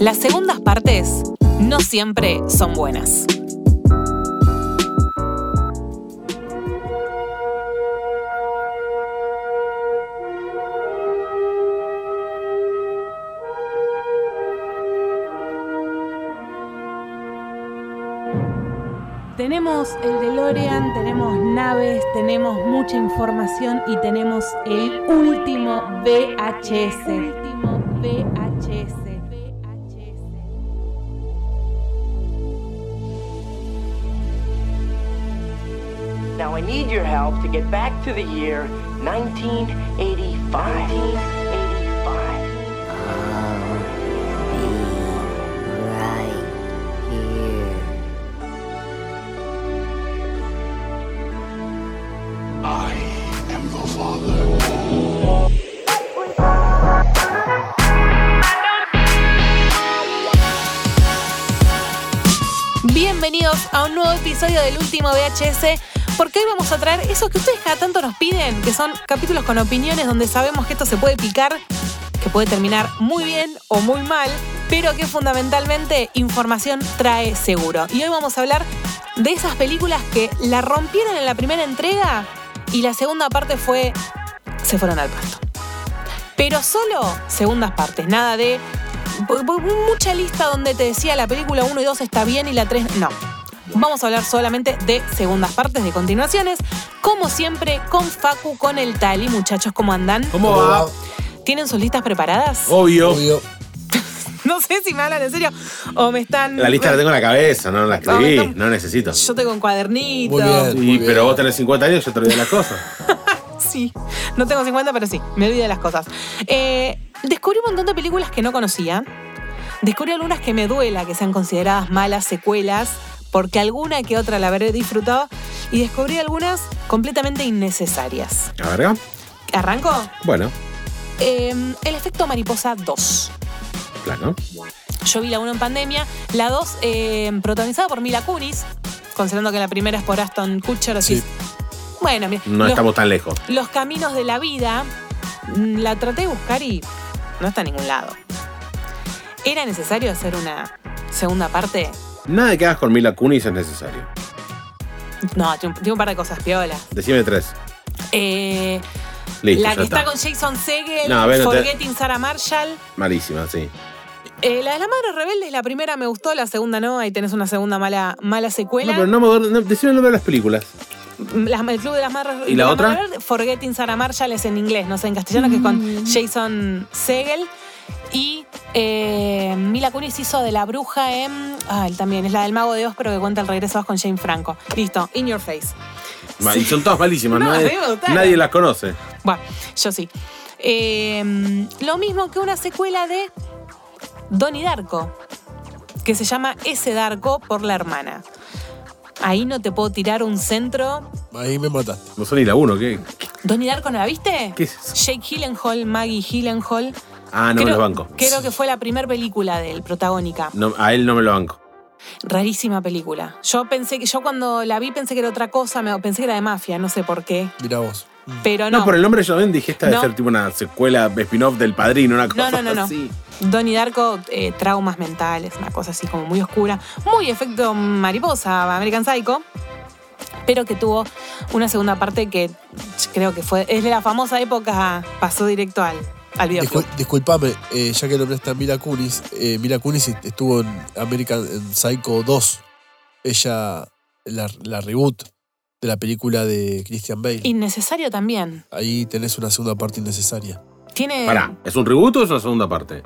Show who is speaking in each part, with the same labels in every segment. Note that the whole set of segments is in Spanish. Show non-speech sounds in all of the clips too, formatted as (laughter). Speaker 1: Las segundas partes no siempre son buenas.
Speaker 2: Tenemos el DeLorean, tenemos naves, tenemos mucha información y tenemos el último VHS. último VHS.
Speaker 3: Now I need your help to get back to the year 1985. 1985.
Speaker 4: I am the father.
Speaker 1: Bienvenidos a un nuevo episodio del último VHS, porque hoy vamos a traer eso que ustedes cada tanto nos piden, que son capítulos con opiniones donde sabemos que esto se puede picar, que puede terminar muy bien o muy mal, pero que fundamentalmente información trae seguro. Y hoy vamos a hablar de esas películas que la rompieron en la primera entrega y la segunda parte fue se fueron al pasto. Pero solo segundas partes, nada de bu- bu- mucha lista donde te decía la película 1 y 2 está bien y la 3 no. Vamos a hablar solamente de segundas partes, de continuaciones, como siempre con Facu, con el Tali. Muchachos, ¿cómo andan?
Speaker 5: ¿Cómo Oh, va?
Speaker 1: ¿Tienen sus listas preparadas?
Speaker 5: Obvio.
Speaker 6: Obvio.
Speaker 1: (laughs) No sé si me hablan en serio o me están...
Speaker 5: La lista la tengo en la cabeza, no la
Speaker 1: No,
Speaker 5: escribí,
Speaker 1: no.
Speaker 5: no necesito.
Speaker 1: Yo tengo un cuadernito.
Speaker 6: Muy bien.
Speaker 5: Sí,
Speaker 6: Muy
Speaker 5: pero vos tenés 50 años, yo te olvidé las cosas.
Speaker 1: Sí, no tengo 50, pero sí, me olvido de las cosas. Eh, descubrí un montón de películas que no conocía. Descubrí algunas que me duela que sean consideradas malas secuelas, porque alguna que otra la habré disfrutado. Y descubrí algunas completamente innecesarias.
Speaker 5: ¿La verga?
Speaker 1: ¿Arranco?
Speaker 5: Bueno,
Speaker 1: Eh, el efecto mariposa 2.
Speaker 5: claro.
Speaker 1: Yo vi la 1 en pandemia, la 2 eh, protagonizada por Mila Kunis, considerando que la primera es por Aston Kutcher. así
Speaker 6: Sí.
Speaker 1: es- Bueno, mira,
Speaker 5: No
Speaker 1: los-
Speaker 5: estamos tan lejos.
Speaker 1: Los caminos de la vida, mm, la traté de buscar y no está en ningún lado. ¿Era necesario hacer una segunda parte?
Speaker 5: Nada que hagas con Mila Kunis es necesario.
Speaker 1: No, tiene un- tiene un par de cosas piolas.
Speaker 5: Decime tres.
Speaker 1: Eh,
Speaker 5: Listo,
Speaker 1: la
Speaker 5: ya
Speaker 1: que está.
Speaker 5: está.
Speaker 1: con Jason Segel,
Speaker 5: No, a ver, no te-
Speaker 1: Forgetting Sarah Marshall.
Speaker 5: Malísima, sí.
Speaker 1: Eh, la de la Madre Rebelde, la primera me gustó, la segunda no. Ahí tenés una segunda mala, mala
Speaker 5: No,
Speaker 1: secuela.
Speaker 5: pero no me acuerdo- no, decime el nombre de las películas.
Speaker 1: Las- el Club de las Madres
Speaker 5: ¿Y
Speaker 1: de
Speaker 5: la
Speaker 1: las
Speaker 5: otra?
Speaker 1: Madres Rebeldes, Forgetting Sarah Marshall es en inglés, no sé, en castellano, que es con Jason Segel. Y eh, Mila Kunis hizo de la bruja en. Ah, él también, es la del Mago de Oz, pero que cuenta el regreso a Oz con Jane Franco. Listo, in your face.
Speaker 5: Ma- y Son todas malísimas,
Speaker 1: No,
Speaker 5: nadie,
Speaker 1: debe gustar.
Speaker 5: nadie las conoce.
Speaker 1: Bueno, yo sí. Eh, lo mismo que una secuela de Donnie Darko, que se llama Ese Darko por la hermana. Ahí no te puedo tirar un centro.
Speaker 6: Ahí me mataste.
Speaker 5: No son ni la uno, ¿qué?
Speaker 1: ¿Donnie Darko no la viste?
Speaker 5: ¿Qué es eso?
Speaker 1: Jake Gyllenhaal, Maggie Gyllenhaal.
Speaker 5: Ah, no me los banco.
Speaker 1: creo que fue la primera película de él, protagónica.
Speaker 5: No, a él no me lo banco.
Speaker 1: Rarísima película. Yo pensé que, yo cuando la vi pensé que era otra cosa, me, pensé que era de mafia, no sé por qué.
Speaker 6: Mirá vos.
Speaker 1: Pero
Speaker 5: No,
Speaker 1: no.
Speaker 5: por el nombre yo también dije esta
Speaker 1: No.
Speaker 5: de ser tipo una secuela spin-off del padrino, una cosa
Speaker 1: no, no, no, no.
Speaker 5: así.
Speaker 1: Donnie Darko, eh, traumas mentales, una cosa así como muy oscura. Muy efecto mariposa, American Psycho. Pero que tuvo una segunda parte que creo que fue. Es de la famosa época, pasó directo al, al videoclub.
Speaker 6: Discul- disculpame, eh, ya que nombraste a Mila Kunis, eh, Mila Kunis est- estuvo en American en Psycho 2. Ella, la, la reboot de la película de Christian Bale.
Speaker 1: Innecesario también.
Speaker 6: Ahí tenés una segunda parte innecesaria. Em.
Speaker 1: Tiene.
Speaker 5: Pará, ¿es un tributo o es una segunda parte?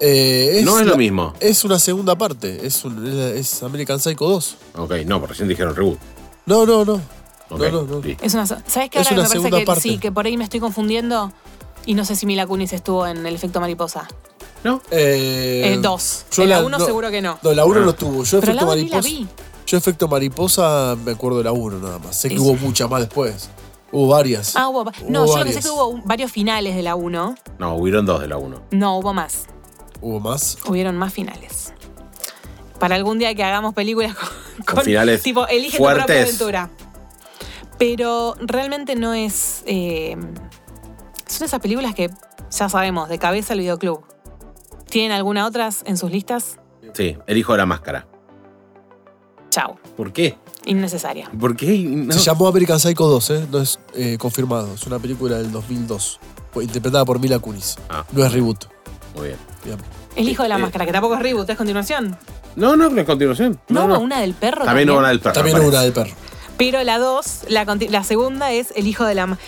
Speaker 6: Eh,
Speaker 5: no es
Speaker 6: la-
Speaker 5: lo mismo.
Speaker 6: Es una segunda parte, es, un- es American Psycho 2.
Speaker 5: Ok, no, porque recién dijeron reboot.
Speaker 6: No, no, no.
Speaker 5: Ok,
Speaker 6: No, no, no.
Speaker 5: listo.
Speaker 1: Es una, ¿Sabes qué
Speaker 6: Es
Speaker 1: ahora
Speaker 6: una
Speaker 1: me parece
Speaker 6: segunda
Speaker 1: que
Speaker 6: parte.
Speaker 1: sí, que por ahí me estoy confundiendo? Y no sé si Mila Kunis estuvo en el efecto mariposa.
Speaker 5: ¿No?
Speaker 6: Eh,
Speaker 1: el 2.
Speaker 6: yo
Speaker 1: En la
Speaker 6: la-
Speaker 1: 1
Speaker 6: no.
Speaker 1: seguro que no.
Speaker 6: No, la 1
Speaker 5: Ah.
Speaker 6: no estuvo. Yo
Speaker 1: Pero la
Speaker 6: efecto
Speaker 1: dos ni la
Speaker 6: mariposa.
Speaker 1: vi.
Speaker 6: Yo efecto mariposa me acuerdo de la 1 nada más. Sé que
Speaker 1: Es-
Speaker 6: hubo muchas más después. Hubo varias.
Speaker 1: Ah, hubo. no, yo lo que sé
Speaker 6: varias.
Speaker 1: es que hubo un- varios finales de la 1.
Speaker 5: No, hubieron dos de la 1.
Speaker 1: No, hubo más.
Speaker 6: Hubo más.
Speaker 1: Hubieron más finales. Para algún día que hagamos películas con,
Speaker 5: Con finales
Speaker 1: Tipo, elige tu propia
Speaker 5: fuertes.
Speaker 1: aventura. Pero realmente no es. eh, son esas películas que ya sabemos, de cabeza al videoclub. ¿Tienen alguna otras en sus listas?
Speaker 5: Sí, el hijo de la máscara.
Speaker 1: Chau.
Speaker 5: ¿Por qué?
Speaker 1: Innecesaria.
Speaker 5: ¿Por qué? No.
Speaker 6: Se llamó American Psycho 2, ¿eh? No es eh, confirmado. Es una película del 2002. fue Interpretada por Mila Kunis.
Speaker 5: Ah.
Speaker 6: No es reboot.
Speaker 5: Muy bien.
Speaker 6: Bien.
Speaker 1: El hijo de la
Speaker 5: Eh,
Speaker 1: máscara, que tampoco es reboot, es continuación.
Speaker 5: No, no, pero en continuación.
Speaker 1: No,
Speaker 5: No, no.
Speaker 1: una del perro.
Speaker 5: También no van al perro.
Speaker 6: También
Speaker 5: me
Speaker 6: es
Speaker 5: parece.
Speaker 6: una de perro.
Speaker 1: Pero la dos, la, conti- la segunda es el hijo de la ma-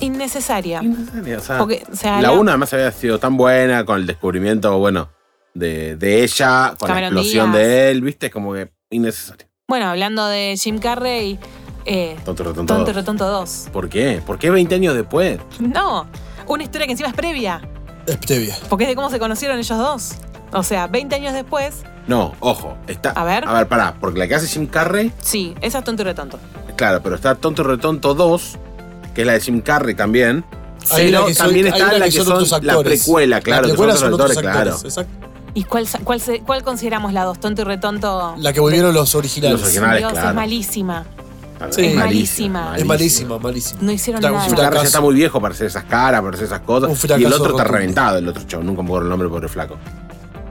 Speaker 1: Innecesaria.
Speaker 5: Innecesaria, o sea,
Speaker 1: Porque, o sea,
Speaker 5: la
Speaker 1: la-
Speaker 5: una además había sido tan buena con el descubrimiento, bueno, de, de ella, con
Speaker 1: Cameron
Speaker 5: la explosión
Speaker 1: Díaz.
Speaker 5: de él, viste, como que innecesario.
Speaker 1: Bueno, hablando de Jim Carrey, eh,
Speaker 5: Tonto, tonto,
Speaker 1: Tonto y Retonto 2.
Speaker 5: ¿Por qué? ¿Por qué 20 años después?
Speaker 1: No, una historia que encima es previa,
Speaker 6: Es previa.
Speaker 1: porque es de cómo se conocieron ellos dos. O sea, 20 años después,
Speaker 5: No, ojo, está.
Speaker 1: A ver.
Speaker 5: A ver, pará, porque la que hace Jim Carrey,
Speaker 1: sí, esa es Tonto y Retonto.
Speaker 5: claro, pero está Tonto Retonto 2, que es la de Jim Carrey también.
Speaker 6: Hay
Speaker 5: pero
Speaker 6: una que son-
Speaker 5: también
Speaker 6: hay
Speaker 5: está
Speaker 6: una
Speaker 5: la que, son,
Speaker 6: otros
Speaker 5: la
Speaker 6: actores.
Speaker 5: precuela, claro,
Speaker 6: La
Speaker 5: que son
Speaker 6: precuela
Speaker 5: otros
Speaker 6: son otros
Speaker 5: actores,
Speaker 6: actores.
Speaker 5: claro.
Speaker 6: Exacto.
Speaker 1: ¿Y cuál, sa- cuál, se- cuál consideramos la dos? Tonto y Retonto.
Speaker 6: La que volvieron los originales.
Speaker 5: Los originales,
Speaker 1: Dios,
Speaker 5: claro.
Speaker 1: es malísima.
Speaker 5: A ver,
Speaker 6: Sí. Es
Speaker 1: malísima.
Speaker 6: Es malísima, malísima.
Speaker 1: No hicieron
Speaker 6: Está un
Speaker 1: nada.
Speaker 5: Jim Carrey ya
Speaker 6: fracaso.
Speaker 5: está muy viejo para hacer esas caras, para hacer esas
Speaker 6: Un
Speaker 5: cosas.
Speaker 6: fracaso
Speaker 5: Y el otro está
Speaker 6: rotundo.
Speaker 5: reventado, el otro chavo, nunca me acuerdo el nombre, pobre flaco.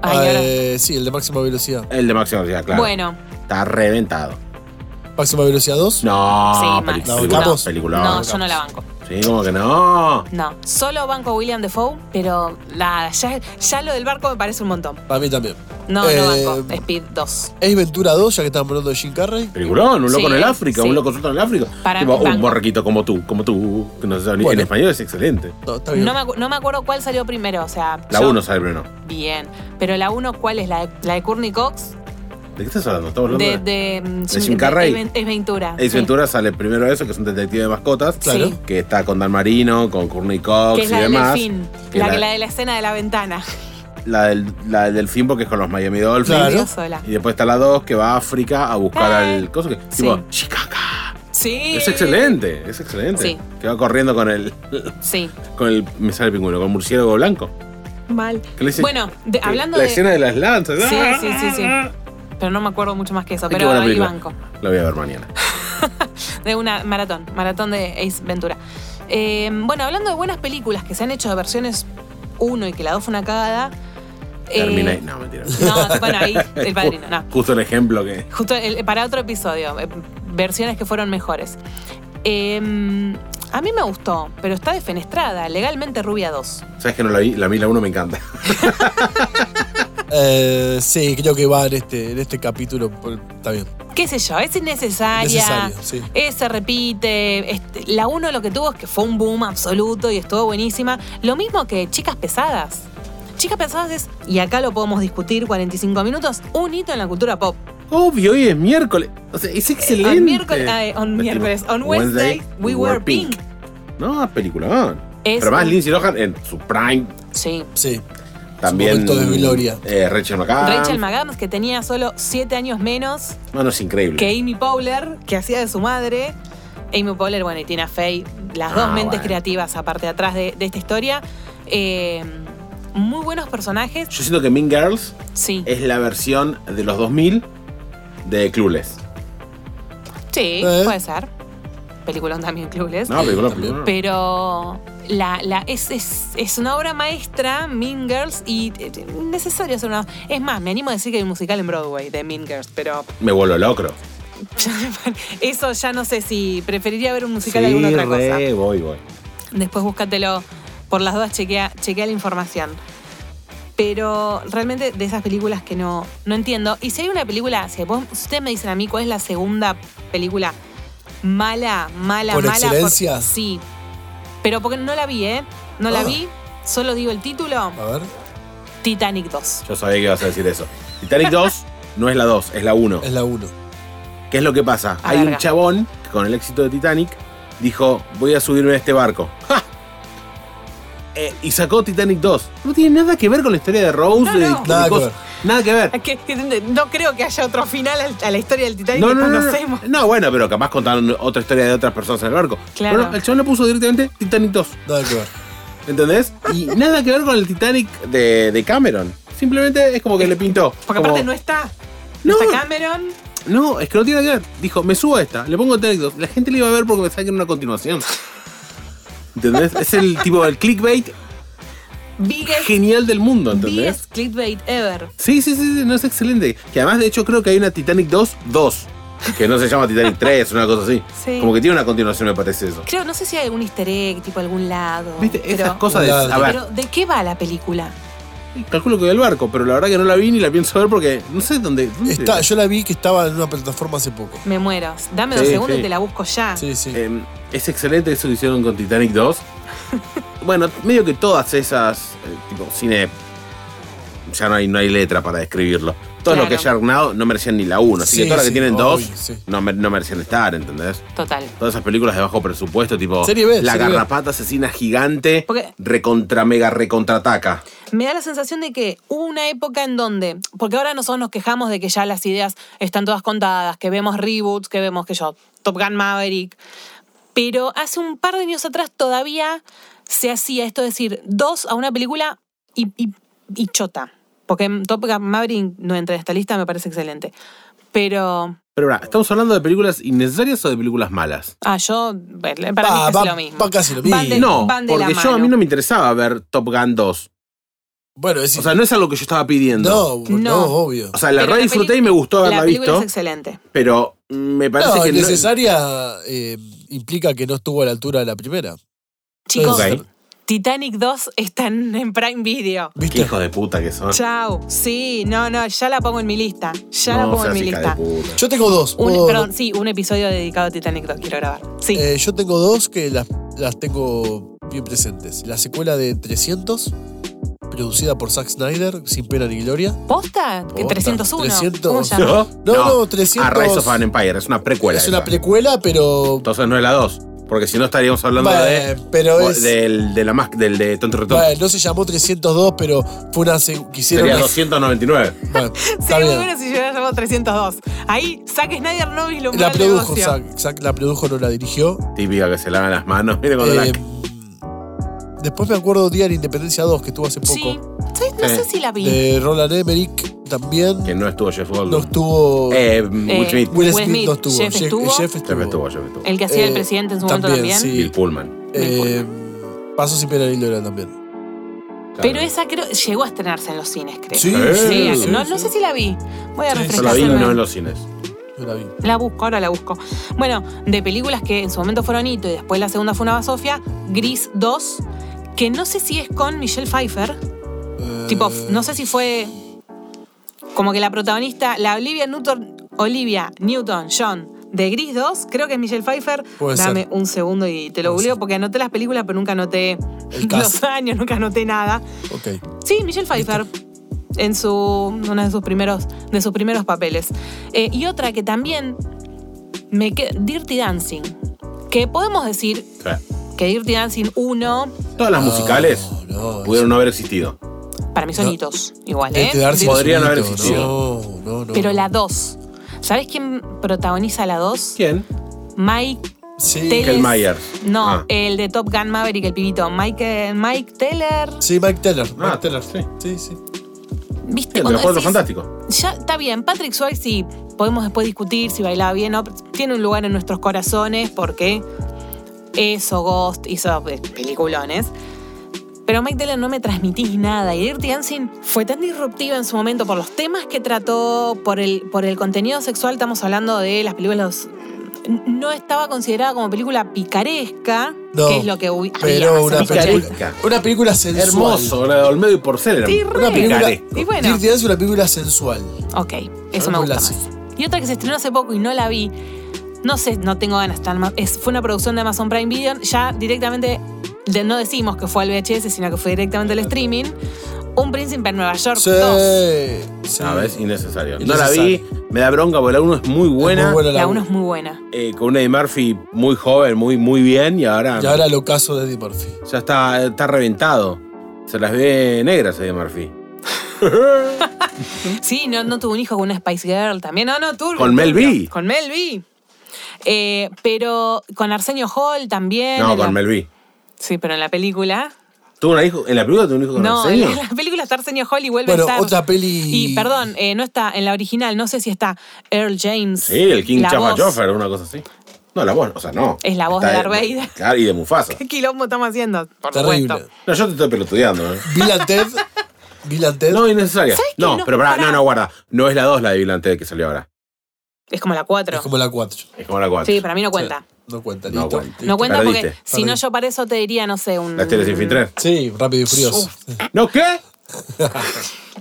Speaker 1: Ay,
Speaker 6: Ah,
Speaker 1: ahora-
Speaker 6: eh, sí, el de máxima velocidad.
Speaker 5: El de máxima velocidad, claro.
Speaker 1: Bueno,
Speaker 5: Está reventado.
Speaker 6: Máxima velocidad 2.
Speaker 5: No,
Speaker 1: Sí,
Speaker 5: peli-
Speaker 1: Max.
Speaker 5: película,
Speaker 6: No.
Speaker 5: película.
Speaker 1: no, yo no la banco.
Speaker 5: Sí, como que no.
Speaker 1: No, solo banco a William Defoe, pero la, ya, ya lo del barco me parece un montón.
Speaker 6: Para mí también.
Speaker 1: No,
Speaker 6: Eh,
Speaker 1: no banco. Speed 2.
Speaker 6: Ace Ventura 2, ya que estaban hablando de Jim Carrey.
Speaker 5: Peliculón, un loco
Speaker 1: Sí,
Speaker 5: en el África,
Speaker 1: sí.
Speaker 5: un loco suelto en el África.
Speaker 1: Para
Speaker 5: Tipo,
Speaker 1: mí,
Speaker 5: un
Speaker 1: banco.
Speaker 5: borrequito como tú, como tú, que no se sabe ni-
Speaker 6: Bueno.
Speaker 5: En español es excelente.
Speaker 6: No, está bien.
Speaker 1: No me, acu- no me acuerdo cuál salió primero, o sea.
Speaker 5: La
Speaker 1: yo-
Speaker 5: 1 sabe, Bruno.
Speaker 1: Bien. Pero la 1, ¿cuál es? ¿La de, la de Courtney Cox?
Speaker 5: ¿De qué estás hablando? ¿Estamos hablando
Speaker 1: De,
Speaker 5: de,
Speaker 1: de, mm,
Speaker 5: de Jim Carrey.
Speaker 1: de- de- Es Ventura.
Speaker 5: Ace
Speaker 1: sí.
Speaker 5: Ventura sale primero eso, que es un detective de mascotas.
Speaker 6: Claro.
Speaker 1: Sí.
Speaker 5: Que está con Dan Marino, con Courtney Cox
Speaker 1: Que es
Speaker 5: y
Speaker 1: la del
Speaker 5: demás.
Speaker 1: delfín.
Speaker 5: Que
Speaker 1: La,
Speaker 5: la-
Speaker 1: que- la de la escena de la ventana. (laughs)
Speaker 5: La del, la del delfín porque es con los Miami Dolphins.
Speaker 6: Claro.
Speaker 1: Yo sola.
Speaker 5: Y después está la 2 que va a África a buscar
Speaker 1: Ay.
Speaker 5: al coso que.
Speaker 1: Sí.
Speaker 5: Tipo, Chicaca.
Speaker 1: Sí.
Speaker 5: Es excelente, es excelente.
Speaker 1: Sí.
Speaker 5: Que va corriendo con el.
Speaker 1: Sí.
Speaker 5: Con el. Me sale el pingüino, con el murciélago blanco.
Speaker 1: Mal.
Speaker 5: ¿Qué le dice?
Speaker 1: Bueno, de- hablando
Speaker 5: la
Speaker 1: de.
Speaker 5: escena de las lanzas.
Speaker 1: Sí,
Speaker 5: Ah,
Speaker 1: sí, sí, sí.
Speaker 5: ah,
Speaker 1: Pero no me acuerdo mucho más que eso.
Speaker 5: Ay, qué
Speaker 1: Pero
Speaker 5: buena
Speaker 1: ahí
Speaker 5: película.
Speaker 1: banco.
Speaker 5: ah. La voy a ver mañana.
Speaker 1: De una maratón. Maratón de Ace Ventura. Eh, bueno, hablando de buenas películas que se han hecho de versiones 1 y que la 2 fue una cagada. eh,
Speaker 5: Termina. No, mentira.
Speaker 1: No, bueno, ahí
Speaker 5: (laughs)
Speaker 1: el padrino, no.
Speaker 5: Justo el ejemplo que.
Speaker 1: Justo el- para otro episodio, eh, versiones que fueron mejores. Eh, a mí me gustó, pero está defenestrada, legalmente Rubia 2.
Speaker 5: ¿Sabes que no la vi? La vi, la 1 me encanta.
Speaker 6: Eh, sí, creo que va en este, en este capítulo. por- Está bien.
Speaker 1: ¿Qué sé yo? Es innecesaria.
Speaker 6: Necesario, sí.
Speaker 1: Eh, se repite. Este, la 1 lo que tuvo es que fue un boom absoluto y estuvo buenísima. Lo mismo que Chicas Pesadas. Chicas Pesadas es, y acá lo podemos discutir 45 minutos, un hito en la cultura pop. Eh,
Speaker 5: Obvio, hoy es miércoles. O sea, es excelente. Este,
Speaker 1: On miércoles, ah, on, miércoles, on Wednesday, we were pink.
Speaker 5: No, película.
Speaker 1: Es
Speaker 5: Pero más
Speaker 1: un-
Speaker 5: Lindsay Lohan en su prime.
Speaker 1: Sí.
Speaker 6: Sí.
Speaker 5: También.
Speaker 6: momento de gloria.
Speaker 5: eh, Rachel McAdams.
Speaker 1: Rachel McAdams, que tenía solo 7 años menos
Speaker 5: No, no, es increíble.
Speaker 1: que Amy Powler, que hacía de su madre. Amy Powler, bueno, y Tina Fey, las dos
Speaker 5: Ah,
Speaker 1: mentes
Speaker 5: bueno.
Speaker 1: creativas aparte atrás de, de esta historia. Eh, muy buenos personajes,
Speaker 5: Yo siento que Mean Girls
Speaker 1: sí.
Speaker 5: es la versión de los 2000 de Clueless.
Speaker 1: Sí,
Speaker 6: Eh.
Speaker 1: puede ser. Peliculón también, Clueless.
Speaker 5: No, película,
Speaker 6: también.
Speaker 5: película.
Speaker 1: Pero la, la- es, es- es una obra maestra, Mean Girls, y eh, eh, necesario hacer una... Es más, me animo a decir que hay un musical en Broadway de Mean Girls, pero
Speaker 5: Me vuelvo locro.
Speaker 1: eso ya no sé si preferiría ver un musical
Speaker 5: sí,
Speaker 1: de alguna otra cosa.
Speaker 5: re, voy, voy.
Speaker 1: Después búscatelo. Por las dudas, chequea, chequea la información. Pero realmente de esas películas que no, no entiendo. Y si hay una película, si, vos- si ustedes me dicen a mí cuál es la segunda película mala, mala,
Speaker 6: ¿Por
Speaker 1: mala. por-
Speaker 6: excelencia?
Speaker 1: sí. Pero porque no la vi, ¿eh? No la
Speaker 6: Ah.
Speaker 1: vi. Solo digo el título:
Speaker 6: A ver.
Speaker 1: Titanic 2.
Speaker 5: Yo sabía que ibas a decir eso. Titanic 2 no es la 2, es la 1.
Speaker 6: Es la 1.
Speaker 5: ¿Qué es lo que pasa?
Speaker 1: A
Speaker 5: Hay
Speaker 1: verga.
Speaker 5: un chabón que con el éxito de Titanic dijo, voy a subirme a este barco. (laughs) ¡Ja! Eh, y sacó Titanic 2. No tiene nada que ver con la historia de Rose.
Speaker 1: No,
Speaker 5: de-
Speaker 1: no.
Speaker 5: de
Speaker 6: Nada que
Speaker 5: cosas.
Speaker 6: ver.
Speaker 5: Nada que ver.
Speaker 1: Es que no creo que haya otro final al- a la historia del Titanic
Speaker 5: No,
Speaker 1: que
Speaker 5: no, no, no,
Speaker 1: conocemos.
Speaker 5: No, bueno, pero capaz contaron otra historia de otras personas en el barco.
Speaker 1: Claro.
Speaker 5: Pero no, el chabón le puso directamente Titanic 2.
Speaker 6: Nada que ver.
Speaker 5: ¿Entendés? Y nada que ver con el Titanic de, de Cameron. Simplemente es como que le pintó.
Speaker 1: Porque
Speaker 5: Como-
Speaker 1: aparte no está.
Speaker 5: No.
Speaker 1: No está Cameron.
Speaker 5: No, es que no tiene nada que ver. Dijo, me subo a esta, le pongo Titanic 2. La gente le iba a ver
Speaker 1: (laughs)
Speaker 5: porque pensaba que era una continuación. ¿Entendés? Es el tipo del clickbait
Speaker 1: biggest,
Speaker 5: genial del mundo, ¿entendés?
Speaker 1: biggest clickbait ever.
Speaker 5: Sí, sí, sí, sí, no es excelente. Que además, de hecho, creo que hay una Titanic 2, 2. Que no se
Speaker 1: (laughs)
Speaker 5: llama Titanic 3, una cosa así.
Speaker 1: Sí.
Speaker 5: Como que tiene una continuación, me parece eso.
Speaker 1: Creo, no sé si hay algún easter egg, tipo algún lado.
Speaker 5: ¿Viste?
Speaker 1: pero,
Speaker 5: Esas cosas de. A ver,
Speaker 1: pero, ¿de qué va la película?
Speaker 5: calculo que del barco, pero la verdad que no la vi ni la pienso ver porque no sé dónde. dónde-
Speaker 6: Está, yo la vi que estaba en una plataforma hace poco.
Speaker 1: Me muero. Dame dos
Speaker 5: Sí,
Speaker 1: segundos
Speaker 5: sí.
Speaker 1: y te la busco ya.
Speaker 6: Sí, sí.
Speaker 5: Eh, es excelente eso que hicieron con Titanic
Speaker 6: (laughs)
Speaker 5: 2. bueno, medio que todas esas. eh, tipo, cine. Ya no hay, no hay letra para describirlo. Todo lo
Speaker 1: Claro.
Speaker 5: que haya Arnado no merecían ni la 1. Así
Speaker 6: Sí,
Speaker 5: que todas las
Speaker 6: sí,
Speaker 5: que tienen
Speaker 6: obvio,
Speaker 5: 2
Speaker 6: sí.
Speaker 5: no, mer- no merecían estar, ¿entendés?
Speaker 1: Total.
Speaker 5: Todas esas películas de bajo presupuesto, tipo
Speaker 6: Serie B,
Speaker 5: La
Speaker 6: serie B.
Speaker 5: Garrapata Asesina Gigante,
Speaker 1: Porque-
Speaker 5: recontra mega recontrataca.
Speaker 1: Me da la sensación de que hubo una época en donde, porque ahora nosotros nos quejamos de que ya las ideas están todas contadas, que vemos reboots, que vemos que yo, Top Gun Maverick, pero hace un par de años atrás todavía se hacía esto, de decir, dos a una película y, y- y chota, porque Top Gun Maverick no entra en esta lista, me parece excelente, pero,
Speaker 5: Pero ahora, ¿estamos hablando de películas innecesarias o de películas malas?
Speaker 1: ah, yo, para mí
Speaker 6: Va,
Speaker 1: es
Speaker 6: va-
Speaker 1: lo mismo.
Speaker 6: va casi lo
Speaker 1: Van de-
Speaker 6: mismo.
Speaker 5: no,
Speaker 1: van de la
Speaker 5: porque yo a
Speaker 1: mano.
Speaker 5: mí no me interesaba ver Top Gun 2.
Speaker 6: Bueno, es
Speaker 5: O sea, no es algo que yo estaba pidiendo.
Speaker 1: No.
Speaker 6: no, no, obvio.
Speaker 5: O sea, la
Speaker 1: Pero
Speaker 5: verdad
Speaker 1: la
Speaker 5: disfruté
Speaker 1: peli-
Speaker 5: y me gustó
Speaker 1: la
Speaker 5: haberla
Speaker 1: película
Speaker 5: visto,
Speaker 1: es excelente.
Speaker 5: pero me parece
Speaker 6: No,
Speaker 5: que no-
Speaker 6: innecesaria eh, implica que no estuvo a la altura de la primera.
Speaker 1: Chicos,
Speaker 5: Ok.
Speaker 1: Titanic 2 está en en Prime Video.
Speaker 5: Qué
Speaker 6: ¿Viste?
Speaker 5: hijos de puta que son.
Speaker 1: Chao. Sí, no, no, ya la pongo en mi lista. Ya la
Speaker 5: no,
Speaker 1: pongo en
Speaker 5: seas
Speaker 1: mi
Speaker 5: hija
Speaker 1: lista.
Speaker 5: de puta.
Speaker 6: Yo tengo dos.
Speaker 1: Un-
Speaker 6: Puedo-
Speaker 1: perdón, sí, un episodio dedicado a Titanic 2 quiero grabar. Sí.
Speaker 6: eh, yo tengo dos que las, las tengo bien presentes. La secuela de 300, producida por Zack Snyder, sin pena ni gloria.
Speaker 1: ¿Posta? Que
Speaker 6: posta,
Speaker 1: 301.
Speaker 6: 300.
Speaker 1: ¿Cómo se llama?
Speaker 5: ¿No?
Speaker 6: No, no, 300.
Speaker 5: A Rise of an Empire, es una precuela.
Speaker 6: es una
Speaker 5: esa.
Speaker 6: precuela, pero.
Speaker 5: Entonces no es la 2, porque si no estaríamos hablando
Speaker 6: Eh,
Speaker 5: de...
Speaker 6: pero
Speaker 5: o-
Speaker 6: es-
Speaker 5: del, de la más, del de Tonto y Retonto.
Speaker 6: bueno, no se llamó 302, pero fue una. se- que hicieron
Speaker 5: Sería
Speaker 6: una-
Speaker 5: 299.
Speaker 6: Bueno, está
Speaker 1: Sería muy
Speaker 6: bien.
Speaker 1: bueno si yo la llamo 302. Ahí, Zack Snyder no vislumbró
Speaker 6: La
Speaker 1: el
Speaker 6: produjo
Speaker 1: negocio.
Speaker 6: Zack, Zack la produjo, no la dirigió.
Speaker 5: Típica que se lavan las manos. (laughs) Mira cuando la-
Speaker 6: Eh, después me acuerdo Día de la Independencia 2, que estuvo hace poco.
Speaker 1: Sí. Sí, No
Speaker 5: Sí.
Speaker 1: sé si la vi.
Speaker 6: De Roland Emmerich también.
Speaker 5: Que no estuvo Jeff
Speaker 6: No
Speaker 5: Goldblum.
Speaker 6: estuvo.
Speaker 5: eh, Will
Speaker 1: Eh,
Speaker 5: Smith.
Speaker 6: Will
Speaker 1: Will
Speaker 6: Smith,
Speaker 1: Smith,
Speaker 6: no estuvo.
Speaker 1: Jeff estuvo.
Speaker 6: Jeff
Speaker 5: Jeff estuvo, Jeff estuvo.
Speaker 1: El que hacía el
Speaker 6: Eh,
Speaker 1: presidente en su momento
Speaker 6: también,
Speaker 1: también.
Speaker 6: sí.
Speaker 5: Bill Pullman.
Speaker 6: Eh, pasó sin pena ni gloria también.
Speaker 5: Claro.
Speaker 1: Pero esa creo llegó a estrenarse en los cines, creo.
Speaker 6: Sí,
Speaker 5: Eh,
Speaker 1: Sí,
Speaker 5: sí,
Speaker 1: ac-
Speaker 5: sí,
Speaker 1: no, no sé si la vi. Voy a
Speaker 6: Sí,
Speaker 5: Yo
Speaker 1: refrescar.
Speaker 5: la vi no
Speaker 1: se me-
Speaker 5: en los cines.
Speaker 6: Yo la vi.
Speaker 1: La busco, ahora la busco. Bueno, de películas que en su momento fueron hito y después la segunda fue una basofia, Gris 2, que no sé si es con Michelle Pfeiffer.
Speaker 6: Eh,
Speaker 1: Tipo, no sé si fue como que la protagonista, la Olivia Newton, Olivia Newton John de Gris 2, creo que es Michelle Pfeiffer.
Speaker 6: Puede
Speaker 1: Dame
Speaker 6: ser.
Speaker 1: un segundo y te lo
Speaker 6: Puede
Speaker 1: googleo
Speaker 6: ser.
Speaker 1: porque anoté las películas, pero nunca anoté
Speaker 6: El cast.
Speaker 1: los años, nunca anoté nada.
Speaker 6: Ok.
Speaker 1: Sí, Michelle Pfeiffer. En su. uno de sus primeros. de sus primeros papeles. Eh, y otra que también me que- Dirty Dancing. Que podemos decir
Speaker 5: O sea,
Speaker 1: que Dirty Dancing 1.
Speaker 5: todas las musicales
Speaker 6: No, no,
Speaker 5: pudieron no haber existido.
Speaker 1: Para mí son
Speaker 6: No.
Speaker 1: hitos, igual,
Speaker 6: Dirty
Speaker 1: ¿eh?
Speaker 6: Dancing
Speaker 5: Podrían
Speaker 6: Este es un
Speaker 5: haber
Speaker 6: hito,
Speaker 5: existido.
Speaker 6: No, no, no.
Speaker 1: Pero la 2. ¿Sabes quién protagoniza la 2?
Speaker 5: ¿Quién?
Speaker 1: Mike
Speaker 6: Sí.
Speaker 1: Teller.
Speaker 5: Michael Myers.
Speaker 1: No,
Speaker 5: Ah.
Speaker 1: el de Top Gun Maverick, el pibito. Mike, Mike Teller.
Speaker 6: Sí, Mike Teller. Mike
Speaker 5: Ah,
Speaker 6: Teller.
Speaker 5: sí.
Speaker 6: Sí, sí.
Speaker 1: ¿Viste?
Speaker 5: ¿Quién? De
Speaker 1: Cuando
Speaker 5: los cuatro
Speaker 1: decís,
Speaker 5: fantásticos.
Speaker 1: Ya está bien, Patrick Swayze sí, podemos después discutir si bailaba bien o no, tiene un lugar en nuestros corazones porque eso, Ghost, hizo eh, peliculones. Pero Mike Taylor no me transmitís nada y Dirty Dancing fue tan disruptiva en su momento por los temas que trató, por el, por el contenido sexual, estamos hablando de las películas... No estaba considerada como película picaresca,
Speaker 6: No,
Speaker 1: que es lo que hubi- había
Speaker 6: Pero
Speaker 1: más
Speaker 6: una
Speaker 1: en esa
Speaker 6: película,
Speaker 5: Picaresca.
Speaker 6: una película sensual.
Speaker 5: Hermoso, la de Olmedo y Porcel. era
Speaker 1: Sí,
Speaker 5: un-
Speaker 1: re.
Speaker 5: una película.
Speaker 6: Picaresco.
Speaker 1: Y bueno.
Speaker 6: Dirty Dancing es una película sensual.
Speaker 1: Ok, eso me
Speaker 6: Película
Speaker 1: gusta
Speaker 6: así.
Speaker 1: más. Y otra que se estrenó hace poco y no la vi, no sé, no tengo ganas tan más. es- fue una producción de Amazon Prime Video, ya directamente, de- no decimos que fue al VHS, sino que fue directamente al streaming. Un príncipe en Nueva York
Speaker 6: Sí.
Speaker 1: 2.
Speaker 6: sí.
Speaker 5: No, es Ah, innecesario. No la
Speaker 6: Innecesario.
Speaker 5: vi, me da bronca porque la 1 es muy buena.
Speaker 6: Muy buena la
Speaker 1: La
Speaker 6: uno.
Speaker 1: 1 es muy buena.
Speaker 5: eh, con una de Murphy muy joven, muy, muy bien, y ahora
Speaker 6: Y ahora el ocaso de Eddie Murphy.
Speaker 5: ya está, está reventado. Se las ve negras Eddie Murphy.
Speaker 1: Sí, no, no tuvo un hijo con una Spice Girl también. No, no, tuvo.
Speaker 5: Con Mel B.
Speaker 1: Con Mel B. Eh, pero con Arsenio Hall también.
Speaker 5: No,
Speaker 1: en la-
Speaker 5: con Mel B.
Speaker 1: Sí, pero en la película.
Speaker 5: ¿Tuvo un hijo? ¿En la película tuvo un hijo con
Speaker 1: No, en
Speaker 5: Arsenio?
Speaker 1: la, en la película está Arsenio Hall y vuelve
Speaker 6: Bueno,
Speaker 1: a estar.
Speaker 6: otra peli.
Speaker 1: Y perdón, eh, no está en la original, no sé si está Earl James.
Speaker 5: Sí, el King
Speaker 1: la
Speaker 5: Chapa
Speaker 1: voz.
Speaker 5: Joffer, una cosa así. No, la voz, o sea, no.
Speaker 1: Es la voz de Darth Vader.
Speaker 5: Claro, y de Mufasa.
Speaker 1: (laughs) ¿Qué quilombo estamos haciendo? Por
Speaker 6: Terrible.
Speaker 1: supuesto.
Speaker 5: No, yo te estoy pelotudeando, ¿eh?
Speaker 6: Bill and
Speaker 5: (laughs)
Speaker 6: Ted. Bill and Ted.
Speaker 5: No, innecesaria.
Speaker 1: ¿Sabes qué?
Speaker 5: No,
Speaker 1: No,
Speaker 5: pero pará,
Speaker 1: pará.
Speaker 5: no, no, guarda. No es la 2 la de Vilante que salió ahora.
Speaker 1: Es como la 4.
Speaker 6: es como la 4.
Speaker 5: Es como la 4.
Speaker 1: Sí, para mí no cuenta.
Speaker 6: No cuenta,
Speaker 5: No
Speaker 6: listo.
Speaker 5: cuenta.
Speaker 6: listo.
Speaker 1: No cuenta porque
Speaker 5: Perdiste.
Speaker 1: si no
Speaker 6: Perdí.
Speaker 1: yo para eso te diría, no sé, un...
Speaker 5: Las teles
Speaker 1: Mm.
Speaker 5: infiltré.
Speaker 6: Sí, rápido y furioso.
Speaker 5: ¿No qué?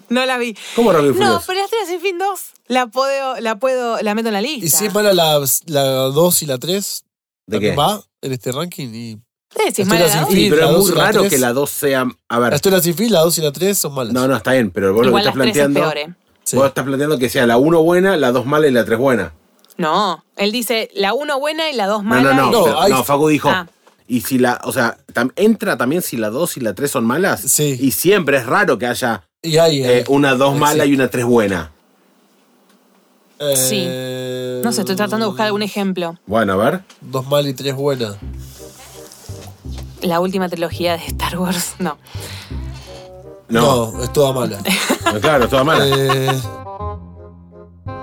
Speaker 1: No la vi.
Speaker 5: ¿Cómo Rápido y
Speaker 1: No,
Speaker 5: Furioso?
Speaker 1: pero las teles sin fin 2 la puedo, la puedo, la meto en la lista.
Speaker 6: Y si es mala la 2 y la 3,
Speaker 5: ¿De qué?
Speaker 6: va en este ranking. Y
Speaker 1: Sí, si es
Speaker 6: Las
Speaker 1: mala
Speaker 6: teles
Speaker 1: la
Speaker 6: sin
Speaker 1: dos.
Speaker 6: fin.
Speaker 5: Sí, pero
Speaker 6: la
Speaker 5: es
Speaker 6: dos
Speaker 5: muy
Speaker 6: y la
Speaker 5: raro
Speaker 6: tres.
Speaker 5: que la 2 sea. A ver.
Speaker 6: las telas sin fin, la 2 y la 3 son malas.
Speaker 5: No, no, está bien, pero vos lo que
Speaker 1: Igual
Speaker 5: estás
Speaker 1: las tres es
Speaker 5: planteando.
Speaker 1: peor, ¿eh?
Speaker 6: Sí.
Speaker 5: Vos estás planteando que sea la 1 buena, la 2 mala y la 3 buena.
Speaker 1: No, él dice la 1 buena y la 2
Speaker 5: No,
Speaker 1: mala.
Speaker 5: no, no.
Speaker 1: y-
Speaker 6: No,
Speaker 5: pero-
Speaker 6: hay-
Speaker 5: no, Facu dijo.
Speaker 1: Ah.
Speaker 5: Y si la, o sea, tam- entra también si la 2 y la 3 son malas.
Speaker 6: Sí.
Speaker 5: Y siempre es raro que haya
Speaker 6: Y hay.
Speaker 5: eh,
Speaker 6: eh,
Speaker 5: una 2 mala
Speaker 6: sí.
Speaker 5: y una 3 buena.
Speaker 6: eh,
Speaker 1: Sí. No sé, estoy tratando de buscar algún ejemplo.
Speaker 5: Bueno, a ver.
Speaker 6: Dos mal y tres buenas.
Speaker 1: La última trilogía de Star Wars, no.
Speaker 5: No,
Speaker 6: No, es
Speaker 1: (laughs)
Speaker 6: toda mala.
Speaker 5: claro, toda mala.
Speaker 6: (laughs) Eh,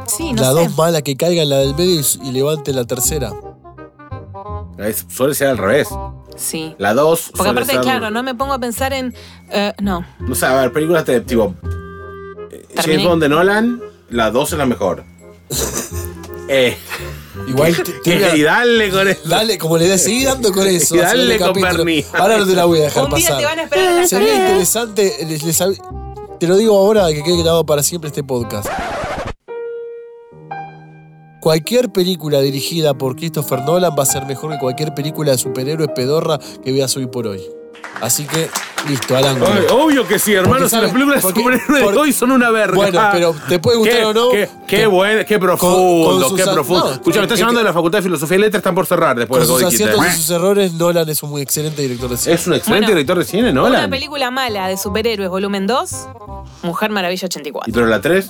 Speaker 1: Sí, no
Speaker 6: la
Speaker 1: sé.
Speaker 6: dos mala que caiga en la del medio y- y levante la tercera.
Speaker 5: Es- suele ser al revés.
Speaker 1: Sí.
Speaker 5: La 2.
Speaker 1: Porque
Speaker 5: suele
Speaker 1: aparte,
Speaker 5: ser-
Speaker 1: claro, no me pongo a pensar en... eh, no,
Speaker 5: No sé, a ver, películas de tipo. eh, James
Speaker 1: Terminé.
Speaker 5: Bond de Nolan, la 2 es
Speaker 1: (laughs)
Speaker 5: la mejor. eh, (laughs)
Speaker 6: Igual te- te voy a-
Speaker 5: y dale con eso.
Speaker 6: Dale, como le seguí dando con eso.
Speaker 5: Y dale
Speaker 6: hacer el
Speaker 5: con
Speaker 6: capítulo.
Speaker 5: Bernie.
Speaker 6: Ahora no te la voy a dejar
Speaker 1: Un día
Speaker 6: pasar. Eh,
Speaker 1: te van a esperar en la
Speaker 6: Sería
Speaker 1: escalera.
Speaker 6: interesante. les- les hab- te lo digo ahora que quede grabado para siempre este podcast. Cualquier película dirigida por Christopher Nolan va a ser mejor que cualquier película de superhéroes pedorra que veas hoy por hoy. Así que, listo, al ángulo.
Speaker 5: Ay, oh, obvio que sí, hermanos.
Speaker 6: Porque,
Speaker 5: Las
Speaker 6: ¿sabes?
Speaker 5: películas de
Speaker 6: Porque-
Speaker 5: superhéroes de
Speaker 6: porque-
Speaker 5: hoy son una verga.
Speaker 6: Bueno, pero te puede gustar
Speaker 5: Qué-
Speaker 6: o no,
Speaker 5: Qué, qué
Speaker 6: te-
Speaker 5: buen- qué
Speaker 6: con-
Speaker 5: profundo,
Speaker 6: con
Speaker 5: qué
Speaker 6: sus-
Speaker 5: profundo.
Speaker 6: no,
Speaker 5: Escucha, me
Speaker 6: que-
Speaker 5: estás llamando
Speaker 6: que-
Speaker 5: de la Facultad de Filosofía y Letras, están por cerrar después de lo
Speaker 6: Con sus
Speaker 5: que vos dijiste.
Speaker 6: aciertos y sus errores, Nolan es un excelente director de cine.
Speaker 5: eh. (laughs) Es un excelente
Speaker 1: Bueno,
Speaker 5: director de cine, ¿no?
Speaker 1: Una película mala de superhéroes, volumen 2, Mujer Maravilla 84.
Speaker 5: Y pero la 3.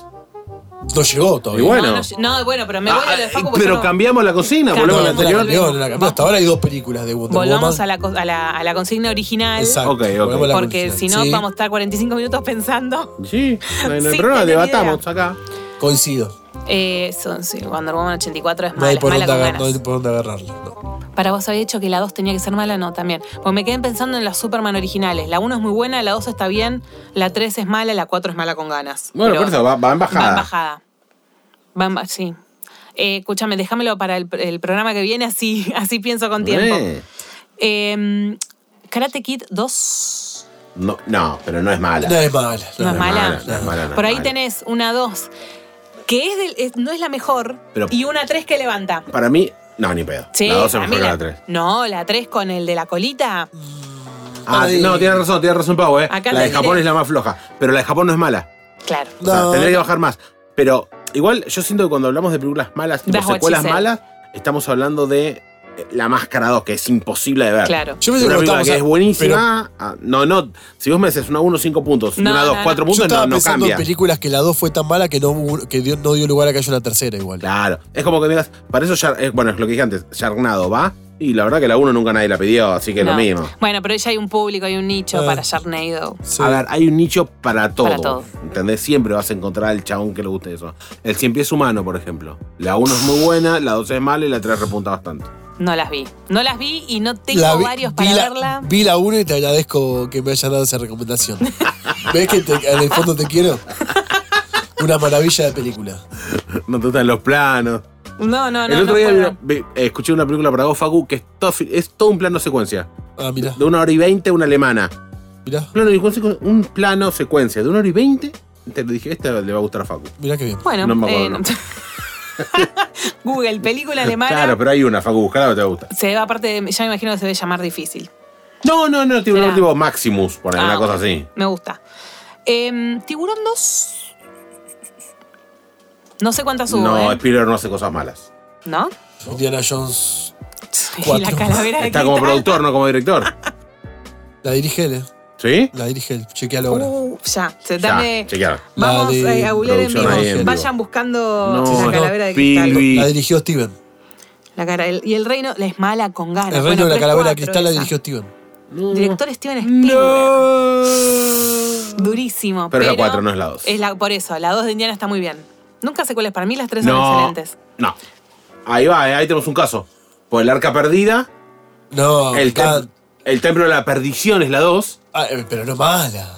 Speaker 6: No llegó todavía.
Speaker 5: Igual,
Speaker 1: No,
Speaker 5: bueno. Ah,
Speaker 1: no, yo- no, bueno, pero me voy a lo de Facu porque
Speaker 5: pero
Speaker 1: yo no-
Speaker 5: cambiamos la cocina,
Speaker 1: Claro.
Speaker 5: volvemos a la
Speaker 6: No, no la
Speaker 5: anterior.
Speaker 6: cambió, no la cambió. Hasta ahora hay dos películas de Wonder
Speaker 1: Volvamos
Speaker 6: Woman.
Speaker 1: a la, co- a la- a la consigna original.
Speaker 6: Exacto.
Speaker 5: Ok, ok.
Speaker 6: volvemos a la
Speaker 1: Porque
Speaker 6: original.
Speaker 1: si no,
Speaker 6: Sí,
Speaker 1: vamos a estar 45 minutos pensando.
Speaker 5: Sí,
Speaker 1: (laughs)
Speaker 5: no hay no hay
Speaker 1: Sin tener
Speaker 5: problema, debatamos
Speaker 1: idea.
Speaker 5: acá.
Speaker 6: Coincido.
Speaker 1: Eh, son, sí, Wonder Woman 84 es
Speaker 6: No hay
Speaker 1: mala,
Speaker 6: por
Speaker 1: mala
Speaker 6: dónde,
Speaker 1: con
Speaker 6: agar- no
Speaker 1: ganas.
Speaker 6: hay por dónde agarrarla. no.
Speaker 1: Para vos había hecho que la 2 tenía que ser mala, no, también. Porque me quedé pensando en las Superman originales. La 1 es muy buena, la 2 está bien, la 3 es mala, la 4 es mala con ganas.
Speaker 5: Bueno,
Speaker 1: Pero
Speaker 5: por eso va, va en bajada.
Speaker 1: Va en bajada. Va en ba- sí. Eh, escúchame, déjamelo para el, el programa que viene, así, (laughs) así pienso con tiempo.
Speaker 5: Eh,
Speaker 1: Eh, Karate Kid 2.
Speaker 5: No, no, pero no es mala.
Speaker 6: No es mala.
Speaker 1: No, es mala.
Speaker 5: no es mala, no es
Speaker 1: Por ahí
Speaker 5: mala.
Speaker 1: tenés una 2 que es del- es- no es la mejor
Speaker 5: Pero-
Speaker 1: y una 3 que levanta.
Speaker 5: Para mí, no, ni pedo.
Speaker 1: Sí,
Speaker 5: la 2 es
Speaker 1: para mí
Speaker 5: mejor que
Speaker 1: la-
Speaker 5: la 3.
Speaker 1: No, la 3 con el de la colita.
Speaker 5: Ah,
Speaker 6: Ay.
Speaker 5: no, tiene razón, tiene razón Pau, eh.
Speaker 1: Acá
Speaker 5: la de
Speaker 1: tiene-
Speaker 5: Japón es la más floja, pero la de Japón no es mala.
Speaker 1: Claro.
Speaker 5: O sea,
Speaker 6: No.
Speaker 5: tendría que bajar más. Pero igual yo siento que cuando hablamos de películas malas, tipo
Speaker 1: That's what
Speaker 5: secuelas
Speaker 1: she said.
Speaker 5: malas, estamos hablando de eh, La Máscara 2, que es imposible de ver.
Speaker 1: Claro.
Speaker 6: Yo
Speaker 5: Una
Speaker 6: pensé que
Speaker 5: película
Speaker 6: estábamos
Speaker 5: que
Speaker 6: a-
Speaker 5: es buenísima. ah, no, no. Si vos me decís una 1, 5 puntos,
Speaker 1: No,
Speaker 5: una 2,
Speaker 1: no,
Speaker 5: 4
Speaker 1: no.
Speaker 6: pero yo
Speaker 5: puntos,
Speaker 6: estaba
Speaker 5: no, no
Speaker 6: pensando
Speaker 5: cambia.
Speaker 6: en películas que la 2 fue tan mala que no, hubo- que dio- no dio lugar a que haya una tercera igual.
Speaker 5: Claro. Es como que me digas, para eso, ya, es- bueno, es lo que dije antes, Yarnado va. Y la verdad que la 1 nunca nadie la pidió, así que es
Speaker 1: No.
Speaker 5: lo mismo.
Speaker 1: Bueno, pero ya hay un público, hay un nicho
Speaker 6: Ah.
Speaker 1: para Sharknado.
Speaker 6: Sí.
Speaker 5: A ver, hay un nicho para todo.
Speaker 1: todo.
Speaker 5: ¿Entendés? Siempre vas a encontrar al chabón que le guste eso. El cien pies humano, por ejemplo. La 1 es muy buena, la 2 es mala y la 3 repunta bastante.
Speaker 1: No las vi. No las vi y no tengo
Speaker 6: La vi-
Speaker 1: varios para
Speaker 6: vi la-
Speaker 1: verla.
Speaker 6: Vi la 1 y te agradezco que me hayas dado esa
Speaker 5: (laughs)
Speaker 6: recomendación. ¿Ves que te- en el fondo te quiero? Una maravilla de película.
Speaker 5: (laughs) No te gustan los planos.
Speaker 1: No, no, no.
Speaker 5: el
Speaker 1: no
Speaker 5: otro día
Speaker 1: puedo.
Speaker 5: vi una- vi- escuché una película para vos, Facu, que es todo, fi- es todo un plano secuencia.
Speaker 6: Ah, mirá,
Speaker 5: De una hora y veinte, una alemana.
Speaker 6: mirá,
Speaker 5: Plano secu- un plano secuencia. De una hora y veinte, te lo dije, este le va a gustar a Facu.
Speaker 6: mirá qué bien.
Speaker 1: Bueno,
Speaker 5: No me acuerdo,
Speaker 1: eh,
Speaker 5: no.
Speaker 1: (laughs) Google,
Speaker 5: (laughs)
Speaker 1: película alemana.
Speaker 5: Claro, pero hay una, Facu, buscala que te va a gustar.
Speaker 1: Se va aparte, de- ya me imagino que se debe llamar difícil.
Speaker 5: No, no, no, tiene un
Speaker 1: Será.
Speaker 5: tipo Maximus, por
Speaker 1: Ah,
Speaker 5: una cosa
Speaker 1: ok.
Speaker 5: así.
Speaker 1: Me gusta. Em, Tiburón 2. No sé cuántas hubo,
Speaker 5: No,
Speaker 1: ¿eh?
Speaker 5: Spielberg no hace cosas malas.
Speaker 1: ¿No? (laughs)
Speaker 6: Indiana Jones
Speaker 1: Y la
Speaker 6: Cuatro.
Speaker 1: calavera de
Speaker 5: Está como
Speaker 1: cristal.
Speaker 5: productor, no como director.
Speaker 6: la dirige él, eh.
Speaker 5: ¿Sí?
Speaker 6: La dirige él. Chequealo ahora.
Speaker 1: Uh, ya, se
Speaker 5: Ya,
Speaker 1: dame.
Speaker 5: chequear.
Speaker 1: Vamos
Speaker 6: La de
Speaker 1: eh, a googlear en
Speaker 5: producción
Speaker 1: vivo.
Speaker 5: ahí en vivo.
Speaker 1: Vayan buscando
Speaker 5: No,
Speaker 1: la
Speaker 6: no,
Speaker 1: calavera de cristal.
Speaker 5: Pilvi.
Speaker 6: La dirigió Steven.
Speaker 1: La cara, el- y el reino la es mala con ganas.
Speaker 6: El
Speaker 1: Bueno,
Speaker 6: reino de la
Speaker 1: pero es
Speaker 6: calavera de
Speaker 1: cuatro
Speaker 6: cristal la
Speaker 1: esa.
Speaker 6: dirigió Steven.
Speaker 1: Director Steven Spielberg.
Speaker 5: No.
Speaker 1: Durísimo.
Speaker 5: Pero es la cuatro, no es la dos.
Speaker 1: Es la, por eso, la 2 de Indiana está muy bien. Nunca sé cuál es. Para mí las tres son
Speaker 5: No.
Speaker 1: excelentes.
Speaker 5: No. Ahí va, eh, ahí tenemos un caso. por el arca perdida,
Speaker 6: No,
Speaker 5: el, tem-
Speaker 6: ah,
Speaker 5: el templo de la perdición es la 2.
Speaker 6: ah, eh, pero no mala.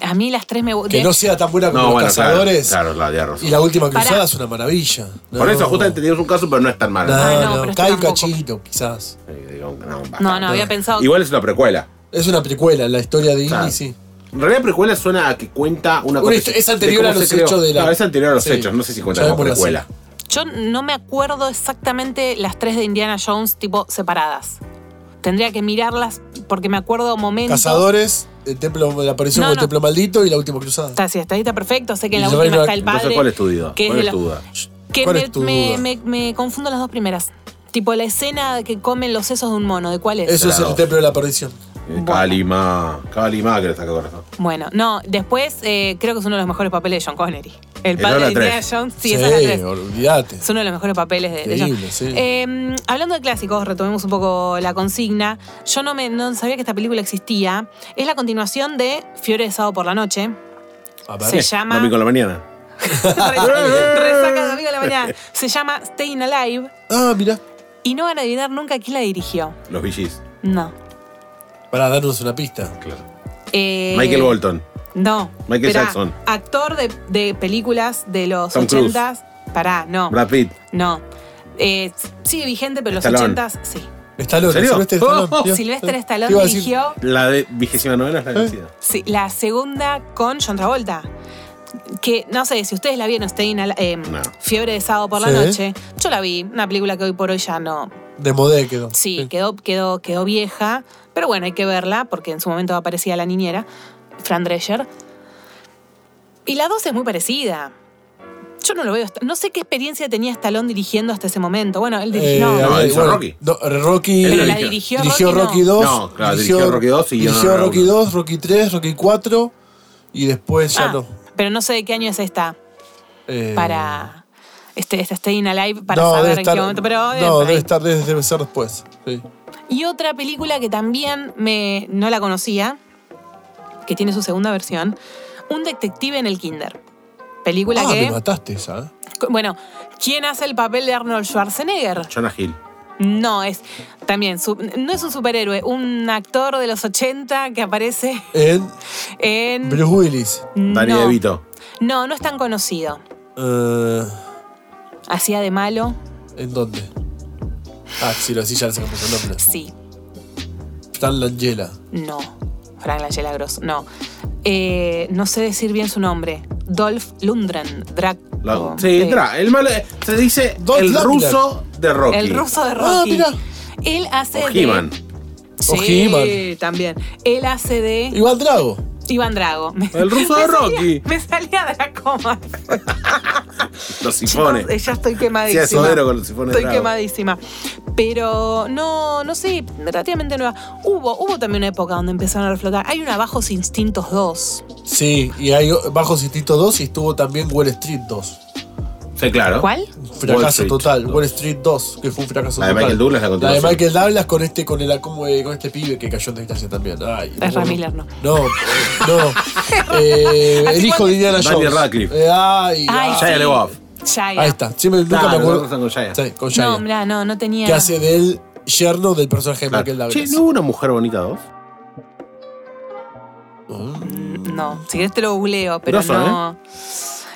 Speaker 1: A mí las tres me
Speaker 6: Que
Speaker 1: gustan.
Speaker 6: no sea tan buena como
Speaker 5: No,
Speaker 6: los
Speaker 5: bueno,
Speaker 6: cazadores.
Speaker 5: claro, claro, la de arroz.
Speaker 6: Y la última
Speaker 1: Pará.
Speaker 6: cruzada es una maravilla.
Speaker 5: Por
Speaker 6: No.
Speaker 5: eso, justamente tenemos un caso, pero no es tan malo.
Speaker 6: No,
Speaker 1: Ay, no,
Speaker 6: no,
Speaker 1: pero esto
Speaker 6: cae un
Speaker 1: tampoco.
Speaker 6: cachito, quizás.
Speaker 5: Eh, digo, no, basta.
Speaker 1: No, no, había pensado.
Speaker 5: Igual es una precuela.
Speaker 6: Es una precuela, la historia de Indy,
Speaker 5: Claro.
Speaker 6: sí.
Speaker 5: En realidad precuela suena a que cuenta una
Speaker 6: Una
Speaker 5: cosa.
Speaker 6: histo- es
Speaker 5: de
Speaker 6: anterior
Speaker 5: cómo
Speaker 6: a
Speaker 5: se
Speaker 6: los
Speaker 5: creó.
Speaker 6: hechos de la-
Speaker 5: No, es anterior a los
Speaker 6: Sí.
Speaker 5: hechos, no sé si cuenta
Speaker 6: Ya
Speaker 5: como
Speaker 6: vemos la
Speaker 5: precuela.
Speaker 1: Yo no me acuerdo exactamente las tres de Indiana Jones, tipo separadas. Tendría que mirarlas porque me acuerdo momentos.
Speaker 6: Cazadores, el templo, la aparición
Speaker 1: No,
Speaker 6: con el
Speaker 1: no.
Speaker 6: templo maldito y la última cruzada.
Speaker 1: Está, sí, está, ahí, está perfecto. Sé que en
Speaker 6: Y
Speaker 1: la
Speaker 6: el
Speaker 1: última
Speaker 6: reino-
Speaker 1: está el padre.
Speaker 5: Entonces, ¿cuál es tu duda?
Speaker 1: que es
Speaker 5: ¿Cuál
Speaker 1: de
Speaker 5: es tu
Speaker 1: los-
Speaker 5: duda?
Speaker 1: Que
Speaker 6: ¿Cuál
Speaker 1: me,
Speaker 6: es tu
Speaker 1: me-
Speaker 6: duda?
Speaker 1: me- me confundo las dos primeras. Tipo la escena que comen los sesos de un mono, ¿de cuál es?
Speaker 6: Eso es
Speaker 5: Claro.
Speaker 6: el templo de la perdición.
Speaker 5: Eh, Calima, Calima que le está corazón.
Speaker 1: Bueno, no, después eh, creo que es uno de los mejores papeles de John Connery. El
Speaker 5: Esa es
Speaker 1: padre
Speaker 5: la
Speaker 1: de Indiana
Speaker 5: tres.
Speaker 1: Jones. Sí, esa es la tres.
Speaker 6: olvídate.
Speaker 1: Es uno de los mejores papeles de, de John.
Speaker 6: Increíble, sí.
Speaker 1: Eh, hablando de clásicos, retomemos un poco la consigna. Yo no, me, no sabía que esta película existía. Es la continuación de Fiore de Sábado por la Noche. (laughs)
Speaker 6: A ver.
Speaker 1: Se llama.
Speaker 5: Domingo a la mañana.
Speaker 6: (laughs)
Speaker 1: Resaca de Domingo a la mañana. Se llama Staying Alive.
Speaker 6: Ah, mira.
Speaker 1: Y no van a adivinar nunca quién la dirigió.
Speaker 5: Los VGs.
Speaker 1: No.
Speaker 6: Para darnos una pista.
Speaker 5: Claro.
Speaker 1: Eh,
Speaker 5: Michael Bolton.
Speaker 1: No.
Speaker 5: Michael
Speaker 1: Esperá,
Speaker 5: Jackson.
Speaker 1: Actor de, de películas de los
Speaker 5: Tom Cruise.
Speaker 1: ochentas. Pará, no.
Speaker 5: Brad Pitt.
Speaker 1: No. Eh, sigue vigente, pero los
Speaker 5: Stallone.
Speaker 1: ochentas, sí.
Speaker 6: Estalón,
Speaker 5: ¿En serio? (laughs)
Speaker 6: Silvestre Estalón.
Speaker 5: Oh, oh.
Speaker 6: mira.
Speaker 1: Silvestre
Speaker 6: Te
Speaker 1: Stallone
Speaker 6: iba a decir-
Speaker 1: dirigió
Speaker 5: La de vigésima novena
Speaker 1: ¿Eh?
Speaker 5: es la vencida.
Speaker 1: sí, la segunda con John Travolta. Que no sé si ustedes la vieron, Staying Al- eh,
Speaker 5: No.
Speaker 1: Fiebre de sábado por la
Speaker 6: Sí.
Speaker 1: noche. Yo la vi, una película que hoy por hoy ya no.
Speaker 6: De modé quedó.
Speaker 1: Sí, Quedó, quedó, quedó vieja, pero bueno, hay que verla porque en su momento aparecía la niñera, Fran Drescher. Y la dos es muy parecida. Yo no lo veo. No sé qué experiencia tenía Stallone dirigiendo hasta ese momento. Bueno, él
Speaker 6: Eh,
Speaker 1: dirigió.
Speaker 6: a
Speaker 5: No,
Speaker 6: ver,
Speaker 5: hizo
Speaker 6: bueno,
Speaker 5: Rocky.
Speaker 6: no, Rocky.
Speaker 5: Él
Speaker 1: pero
Speaker 5: lo
Speaker 1: la
Speaker 5: dirigió.
Speaker 1: dirigió,
Speaker 6: dirigió
Speaker 1: Rocky,
Speaker 6: Rocky
Speaker 1: no.
Speaker 6: 2.
Speaker 5: No, claro, dirigió Rocky 2 y guionó
Speaker 6: Dirigió
Speaker 5: Raúl.
Speaker 6: Rocky 2, Rocky 3, Rocky 4 y después ya
Speaker 1: Ah,
Speaker 6: no.
Speaker 1: Pero no sé de qué año es esta.
Speaker 6: Eh,
Speaker 1: para este, este Staying Alive para
Speaker 6: no,
Speaker 1: saber
Speaker 6: debe
Speaker 1: en
Speaker 6: estar-
Speaker 1: qué momento. Pero debe
Speaker 6: no,
Speaker 1: por ahí.
Speaker 6: debe estar debe, debe ser después. sí.
Speaker 1: Y otra película que también me, no la conocía, que tiene su segunda versión, Un detective en el Kinder. Película
Speaker 6: Ah, me
Speaker 1: que.
Speaker 6: mataste esa. ¿eh?
Speaker 1: Bueno, ¿quién hace el papel de Arnold Schwarzenegger?
Speaker 5: Jonah Hill.
Speaker 1: No, es también, su- no es un superhéroe, un actor de los 80 que aparece
Speaker 6: ¿eh? En
Speaker 1: en.
Speaker 6: Bruce Willis.
Speaker 5: Danny
Speaker 1: no,
Speaker 5: DeVito.
Speaker 1: no, no es tan conocido.
Speaker 6: Eh,
Speaker 1: Hacía de malo,
Speaker 6: ¿En dónde? Ah, sí, lo sí, ya le sacamos el nombre.
Speaker 1: sí,
Speaker 6: Stan Langella.
Speaker 1: No. Frank Langella Gross, no. Eh, no sé decir bien su nombre. Dolph Lundgren. Drag.
Speaker 5: La-
Speaker 1: o-
Speaker 5: sí,
Speaker 1: eh,
Speaker 5: tra- el malo. eh, Se dice
Speaker 6: Dolph
Speaker 5: el
Speaker 6: Lundgren.
Speaker 5: ruso de Rocky.
Speaker 1: El ruso de Rocky.
Speaker 6: Ah, mira.
Speaker 1: Él hace
Speaker 5: O
Speaker 1: de.
Speaker 5: He-Man.
Speaker 1: Sí,
Speaker 6: O He-Man.
Speaker 1: también. Él hace de
Speaker 6: Igual Drago.
Speaker 1: Iván Drago. Me-
Speaker 5: El ruso de
Speaker 1: me salía-
Speaker 5: Rocky.
Speaker 1: me salía de la coma.
Speaker 5: Los sifones.
Speaker 1: Eh, Ya estoy
Speaker 5: Hacía
Speaker 1: quemadísima.
Speaker 5: sodero con los sifones.
Speaker 1: Estoy
Speaker 5: de Drago.
Speaker 1: quemadísima. Pero no, no sé, relativamente nueva. Hubo, hubo también una época donde empezaron a reflotar. Hay una Bajos Instintos 2.
Speaker 6: Sí, y hay Bajo Instinto 2 y estuvo también Wall Street 2.
Speaker 5: Sí, claro.
Speaker 1: ¿Cuál?
Speaker 6: Un
Speaker 5: Wall
Speaker 6: Fracaso
Speaker 5: Street
Speaker 6: total.
Speaker 5: 2.
Speaker 6: Wall Street 2, que fue un fracaso
Speaker 5: La de
Speaker 6: total.
Speaker 5: Michael Douglas, la
Speaker 6: La de
Speaker 5: continuación.
Speaker 6: Michael Douglas con este, con el como, eh, con este pibe que cayó en desgracia también. Ay,
Speaker 1: Es
Speaker 6: no,
Speaker 1: Miller, no.
Speaker 6: No, eh, no.
Speaker 1: (laughs)
Speaker 6: Eh, el hijo de Indiana
Speaker 5: Daniel
Speaker 6: Jones.
Speaker 5: Radcliffe.
Speaker 6: Eh, ay,
Speaker 1: Ay,
Speaker 6: ay.
Speaker 5: Shia
Speaker 1: sí.
Speaker 5: LaBeouf.
Speaker 1: Shia.
Speaker 6: Ahí está. Siempre, nunca
Speaker 5: Claro,
Speaker 6: me
Speaker 5: los dos
Speaker 6: acuerdo.
Speaker 5: con Shia.
Speaker 6: Sí, con Shia.
Speaker 1: No, mirá, no, no tenía.
Speaker 6: que hace del yerno del personaje de
Speaker 5: Claro.
Speaker 6: Michael
Speaker 5: Che,
Speaker 6: Douglas.
Speaker 5: ¿no hubo una mujer bonita dos?
Speaker 1: No, si querés te lo googleo, pero
Speaker 5: Grosso, ¿eh?
Speaker 1: no.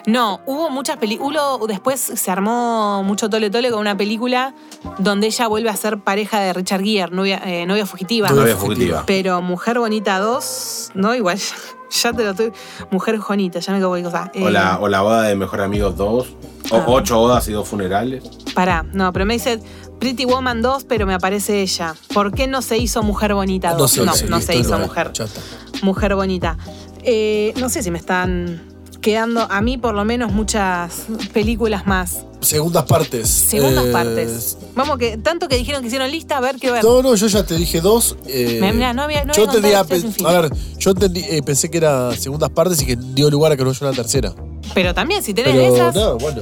Speaker 1: No, hubo muchas películas. Después se armó mucho tole tole con una película donde ella vuelve a ser pareja de Richard Gere, novia, eh, novia fugitiva.
Speaker 6: Novia
Speaker 5: Novia fugitiva.
Speaker 1: Pero Mujer Bonita 2, no, igual, (laughs) ya, ya te lo estoy. Mujer Jonita, ya me acabo de cosa. Eh,
Speaker 5: O la, o la boda de Mejor Amigos 2. O
Speaker 1: Ah.
Speaker 5: ocho bodas y dos funerales.
Speaker 1: Pará, no, pero me dice Pretty Woman 2, pero me aparece ella. ¿Por qué no se hizo Mujer Bonita 2? no,
Speaker 6: sí,
Speaker 1: no
Speaker 6: listo,
Speaker 1: se hizo
Speaker 6: no,
Speaker 1: Mujer.
Speaker 6: ya está.
Speaker 1: Mujer bonita. Eh, no sé si me están quedando, a mí por lo menos, muchas películas más.
Speaker 6: Segundas partes.
Speaker 1: Segundas
Speaker 6: Eh,
Speaker 1: partes. Vamos, que tanto que dijeron que hicieron lista, a ver qué ver.
Speaker 6: No, no, yo ya te dije dos. eh,
Speaker 1: Mirá, mirá, no había- no
Speaker 6: yo
Speaker 1: había
Speaker 6: tenía
Speaker 1: contado,
Speaker 6: pe-
Speaker 1: es un
Speaker 6: A ver, yo entendí- eh, pensé que era segundas partes y que dio lugar a que no haya una tercera.
Speaker 1: Pero también, si tenés
Speaker 6: Pero
Speaker 1: esas.
Speaker 6: no, bueno.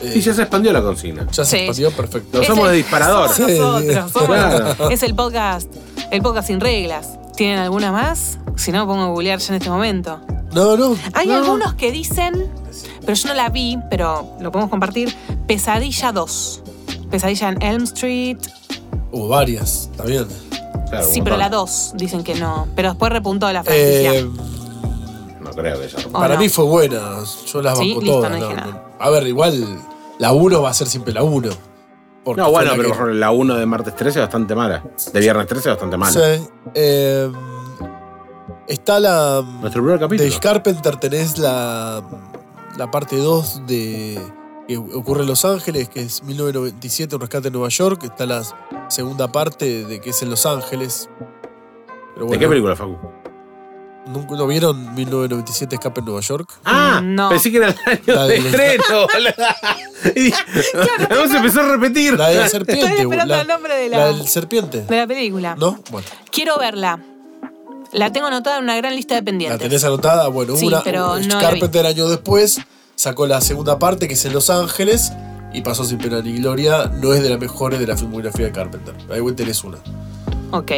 Speaker 6: eh,
Speaker 5: Y ya se expandió la consigna.
Speaker 6: ya
Speaker 1: Sí.
Speaker 6: se expandió perfecto.
Speaker 5: Lo
Speaker 1: es
Speaker 5: somos
Speaker 1: el-
Speaker 5: de disparador.
Speaker 1: somos nosotros,
Speaker 6: Sí,
Speaker 1: somos
Speaker 5: claro.
Speaker 1: nosotros. Es el podcast, el podcast sin reglas. ¿Tienen alguna más? Si no, pongo a googlear ya en este momento.
Speaker 6: No, no.
Speaker 1: Hay
Speaker 6: no.
Speaker 1: algunos que dicen, pero yo no la vi, pero lo podemos compartir. Pesadilla 2. Pesadilla en Elm Street.
Speaker 6: Hubo varias, también.
Speaker 5: Claro,
Speaker 1: Sí,
Speaker 5: un
Speaker 1: pero la
Speaker 5: montón.
Speaker 1: 2 dicen que no. Pero después repuntó la franquicia.
Speaker 6: Eh,
Speaker 5: No creo que haya
Speaker 1: Oh,
Speaker 5: remontado.
Speaker 6: para
Speaker 1: no.
Speaker 6: mí fue buena. Yo las
Speaker 1: Sí,
Speaker 6: banco
Speaker 1: listo,
Speaker 6: todas.
Speaker 1: no dije
Speaker 6: no,
Speaker 1: nada.
Speaker 6: no. A ver, igual la 1 va a ser siempre la 1.
Speaker 5: No, bueno, pero por ejemplo, la 1 de martes 13 es bastante mala. De viernes 13 es bastante mala.
Speaker 6: Sí. Eh, está la.
Speaker 5: Nuestro primer capítulo.
Speaker 6: De Carpenter tenés la, la parte 2 de que ocurre en Los Ángeles, que es 1997, un rescate en Nueva York. Está la segunda parte de que es en Los Ángeles. Pero
Speaker 5: ¿De qué película, Facu?
Speaker 6: ¿Nunca lo vieron 1997 Escape en
Speaker 5: (laughs)
Speaker 6: Nueva York?
Speaker 5: Ah,
Speaker 1: No.
Speaker 5: pensé que era el año
Speaker 6: La
Speaker 5: de
Speaker 6: del-
Speaker 5: estreno. boludo. Y- (laughs) Vamos a empezar a repetir.
Speaker 6: La del
Speaker 1: Estoy
Speaker 6: serpiente.
Speaker 1: esperando
Speaker 6: la,
Speaker 1: el nombre de la,
Speaker 6: la del serpiente.
Speaker 1: de la película.
Speaker 6: ¿No? Bueno,
Speaker 1: Quiero verla. La tengo anotada en una gran lista de
Speaker 6: la
Speaker 1: pendientes.
Speaker 6: tenés anotada. Bueno,
Speaker 1: Sí,
Speaker 6: una,
Speaker 1: pero no la
Speaker 6: Carpenter años después sacó la segunda parte que es en Los Ángeles y pasó sin pena ni gloria. No es de las mejores de la filmografía de Carpenter. Ahí vos tenés una.
Speaker 1: Ok.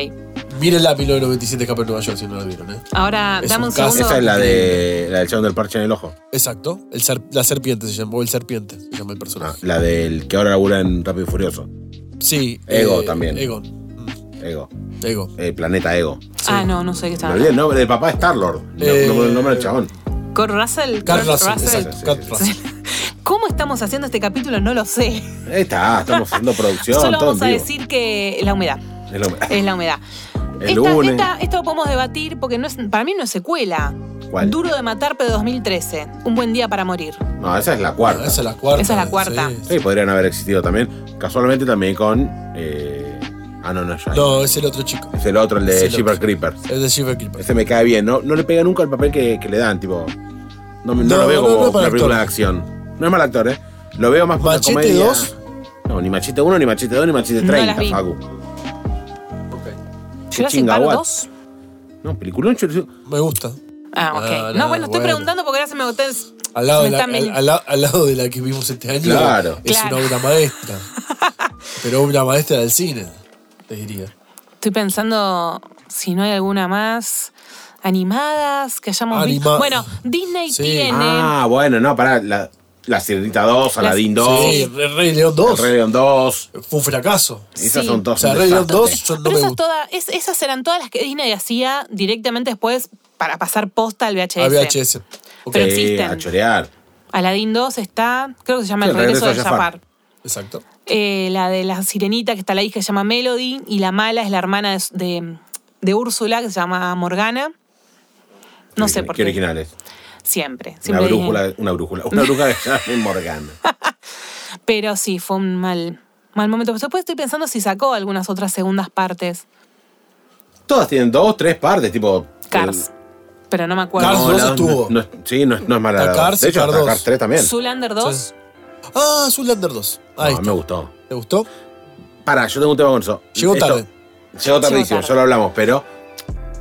Speaker 6: Miren la 1997 Escape en Nueva York si no la vieron, ¿eh?
Speaker 1: Ahora,
Speaker 6: Es
Speaker 1: dame
Speaker 6: un
Speaker 1: un
Speaker 6: caso.
Speaker 1: segundo.
Speaker 5: Esa es la de la del chabón del parche en el ojo.
Speaker 6: Exacto. El ser- la serpiente se llamó, el serpiente se llama
Speaker 5: No,
Speaker 6: el personaje.
Speaker 5: la del que ahora labura en Rápido y Furioso.
Speaker 6: Ah, Sí. eh,
Speaker 5: Ego también.
Speaker 6: Ego. Mm,
Speaker 5: Ego.
Speaker 6: Ego.
Speaker 5: El planeta Ego.
Speaker 1: Ah, no, no sé qué
Speaker 5: Me
Speaker 1: estaba.
Speaker 5: olvidé el nombre del papá de Star-Lord. No, no
Speaker 6: Eh,
Speaker 5: me acuerdo el nombre del chabón.
Speaker 1: Kurt Russell.
Speaker 6: Carl
Speaker 1: Kurt
Speaker 6: Russell.
Speaker 1: Russell.
Speaker 6: Exacto.
Speaker 5: Sí,
Speaker 6: Carl
Speaker 5: sí,
Speaker 6: Russell.
Speaker 1: ¿Cómo estamos haciendo este capítulo? No lo sé.
Speaker 5: Ahí está, estamos haciendo
Speaker 6: (laughs)
Speaker 5: producción,
Speaker 1: Solo
Speaker 5: todo en
Speaker 1: vamos a
Speaker 5: vivo.
Speaker 1: decir que la humedad.
Speaker 5: El nombre-
Speaker 1: Es la humedad.
Speaker 5: El
Speaker 1: Esta-
Speaker 5: lunes.
Speaker 1: esta- esto lo podemos debatir porque no es, para mí no es secuela.
Speaker 5: ¿Cuál?
Speaker 1: Duro de matar, pero 2013. Un buen día para morir.
Speaker 5: No, esa es la
Speaker 6: Ah,
Speaker 5: cuarta.
Speaker 6: Esa es la cuarta.
Speaker 1: Esa es la cuarta.
Speaker 6: sí.
Speaker 5: Sí, podrían haber existido también. Casualmente también con. eh, ah, no, no, ya.
Speaker 6: No, es el otro chico.
Speaker 5: Es el otro, el
Speaker 6: Es
Speaker 5: de
Speaker 6: el
Speaker 5: Shipper
Speaker 6: otro.
Speaker 5: Creepers.
Speaker 6: Es de Shiver Keeper.
Speaker 5: Ese me cae bien, ¿no? No le pega nunca el papel que, que le dan, tipo. No, me- no
Speaker 6: No,
Speaker 5: lo veo
Speaker 6: no,
Speaker 5: como
Speaker 6: no es
Speaker 5: una
Speaker 6: mal
Speaker 5: película de
Speaker 6: actor.
Speaker 5: acción. No es mal actor, ¿eh? Lo veo más por una
Speaker 6: ¿Machete
Speaker 5: comedia.
Speaker 6: dos?
Speaker 5: No, ni Machete 1, ni Machete 2, ni Machete
Speaker 1: No
Speaker 5: 30,
Speaker 1: las vi.
Speaker 5: Facu. Qué
Speaker 1: Jurassic Park
Speaker 5: chingaguat.
Speaker 1: 2.
Speaker 5: No, peliculón. yo- yo-
Speaker 6: Me gusta.
Speaker 1: Ah, ok.
Speaker 6: Ah,
Speaker 1: no,
Speaker 6: no,
Speaker 1: bueno, estoy
Speaker 6: bueno.
Speaker 1: preguntando porque ahora se me agotó el-
Speaker 6: Al lado,
Speaker 1: se
Speaker 6: de
Speaker 1: me
Speaker 6: la,
Speaker 1: está mil-
Speaker 6: al, al la- al lado de la que vimos este año.
Speaker 5: Claro.
Speaker 6: Es
Speaker 1: Claro.
Speaker 6: una obra
Speaker 1: (laughs)
Speaker 6: maestra. pero una maestra del cine, te diría.
Speaker 1: Estoy pensando si no hay alguna más animadas que hayamos visto.
Speaker 6: Anima-
Speaker 1: Bueno, Disney
Speaker 6: Sí.
Speaker 1: tiene.
Speaker 5: Ah, bueno, no, pará. La, la Sirenita 2, Aladdin 2,
Speaker 6: Sí, Re- Rey León
Speaker 5: El
Speaker 6: 2.
Speaker 5: Rey León 2.
Speaker 6: Fue un fracaso.
Speaker 5: Esas
Speaker 1: Sí.
Speaker 5: son
Speaker 6: O
Speaker 5: todas.
Speaker 6: sea,
Speaker 5: un
Speaker 6: Rey León
Speaker 5: desastre.
Speaker 6: 2 yo no
Speaker 1: Pero
Speaker 6: me
Speaker 1: esas,
Speaker 6: gusta.
Speaker 1: todas, es- esas eran todas las que Disney hacía directamente después para pasar posta al VHS.
Speaker 6: A VHS. Ok,
Speaker 1: Pero
Speaker 5: Sí,
Speaker 1: existen.
Speaker 5: A chorear.
Speaker 1: Aladdin 2 está, creo que se llama
Speaker 5: Sí,
Speaker 1: El regreso de Jafar.
Speaker 6: Exacto.
Speaker 1: Eh, la de la sirenita, que está la hija, se llama Melody. Y la mala es la hermana de, de, de Úrsula, que se llama Morgana. No sé por qué.
Speaker 5: originales.
Speaker 1: Siempre.
Speaker 5: Una
Speaker 1: siempre Disney.
Speaker 5: brújula, una brújula. Una brújula de Charlie Morgan.
Speaker 1: Pero sí, fue un mal, mal momento. Pero después estoy pensando si sacó algunas otras segundas partes.
Speaker 5: Todas tienen dos, tres partes, tipo.
Speaker 1: Cars. pero no me
Speaker 5: el-
Speaker 1: acuerdo.
Speaker 6: Cars
Speaker 5: No,
Speaker 6: dos
Speaker 5: la
Speaker 6: estuvo.
Speaker 5: no- no- sí, no, es- no es mala.
Speaker 6: Está
Speaker 5: la dos.
Speaker 6: Cars y
Speaker 5: de hecho,
Speaker 6: Cars
Speaker 5: hasta
Speaker 6: dos.
Speaker 5: Cars 3 también.
Speaker 1: Zoolander 2.
Speaker 6: Sí. Ah, Zoolander 2. Ahí
Speaker 5: No,
Speaker 6: está.
Speaker 5: me gustó.
Speaker 6: ¿Te gustó?
Speaker 5: Pará, yo tengo un tema con eso.
Speaker 6: Llegó
Speaker 5: Esto-
Speaker 6: tarde.
Speaker 5: Llegó tardísimo,
Speaker 1: tarde.
Speaker 5: ya lo hablamos, pero.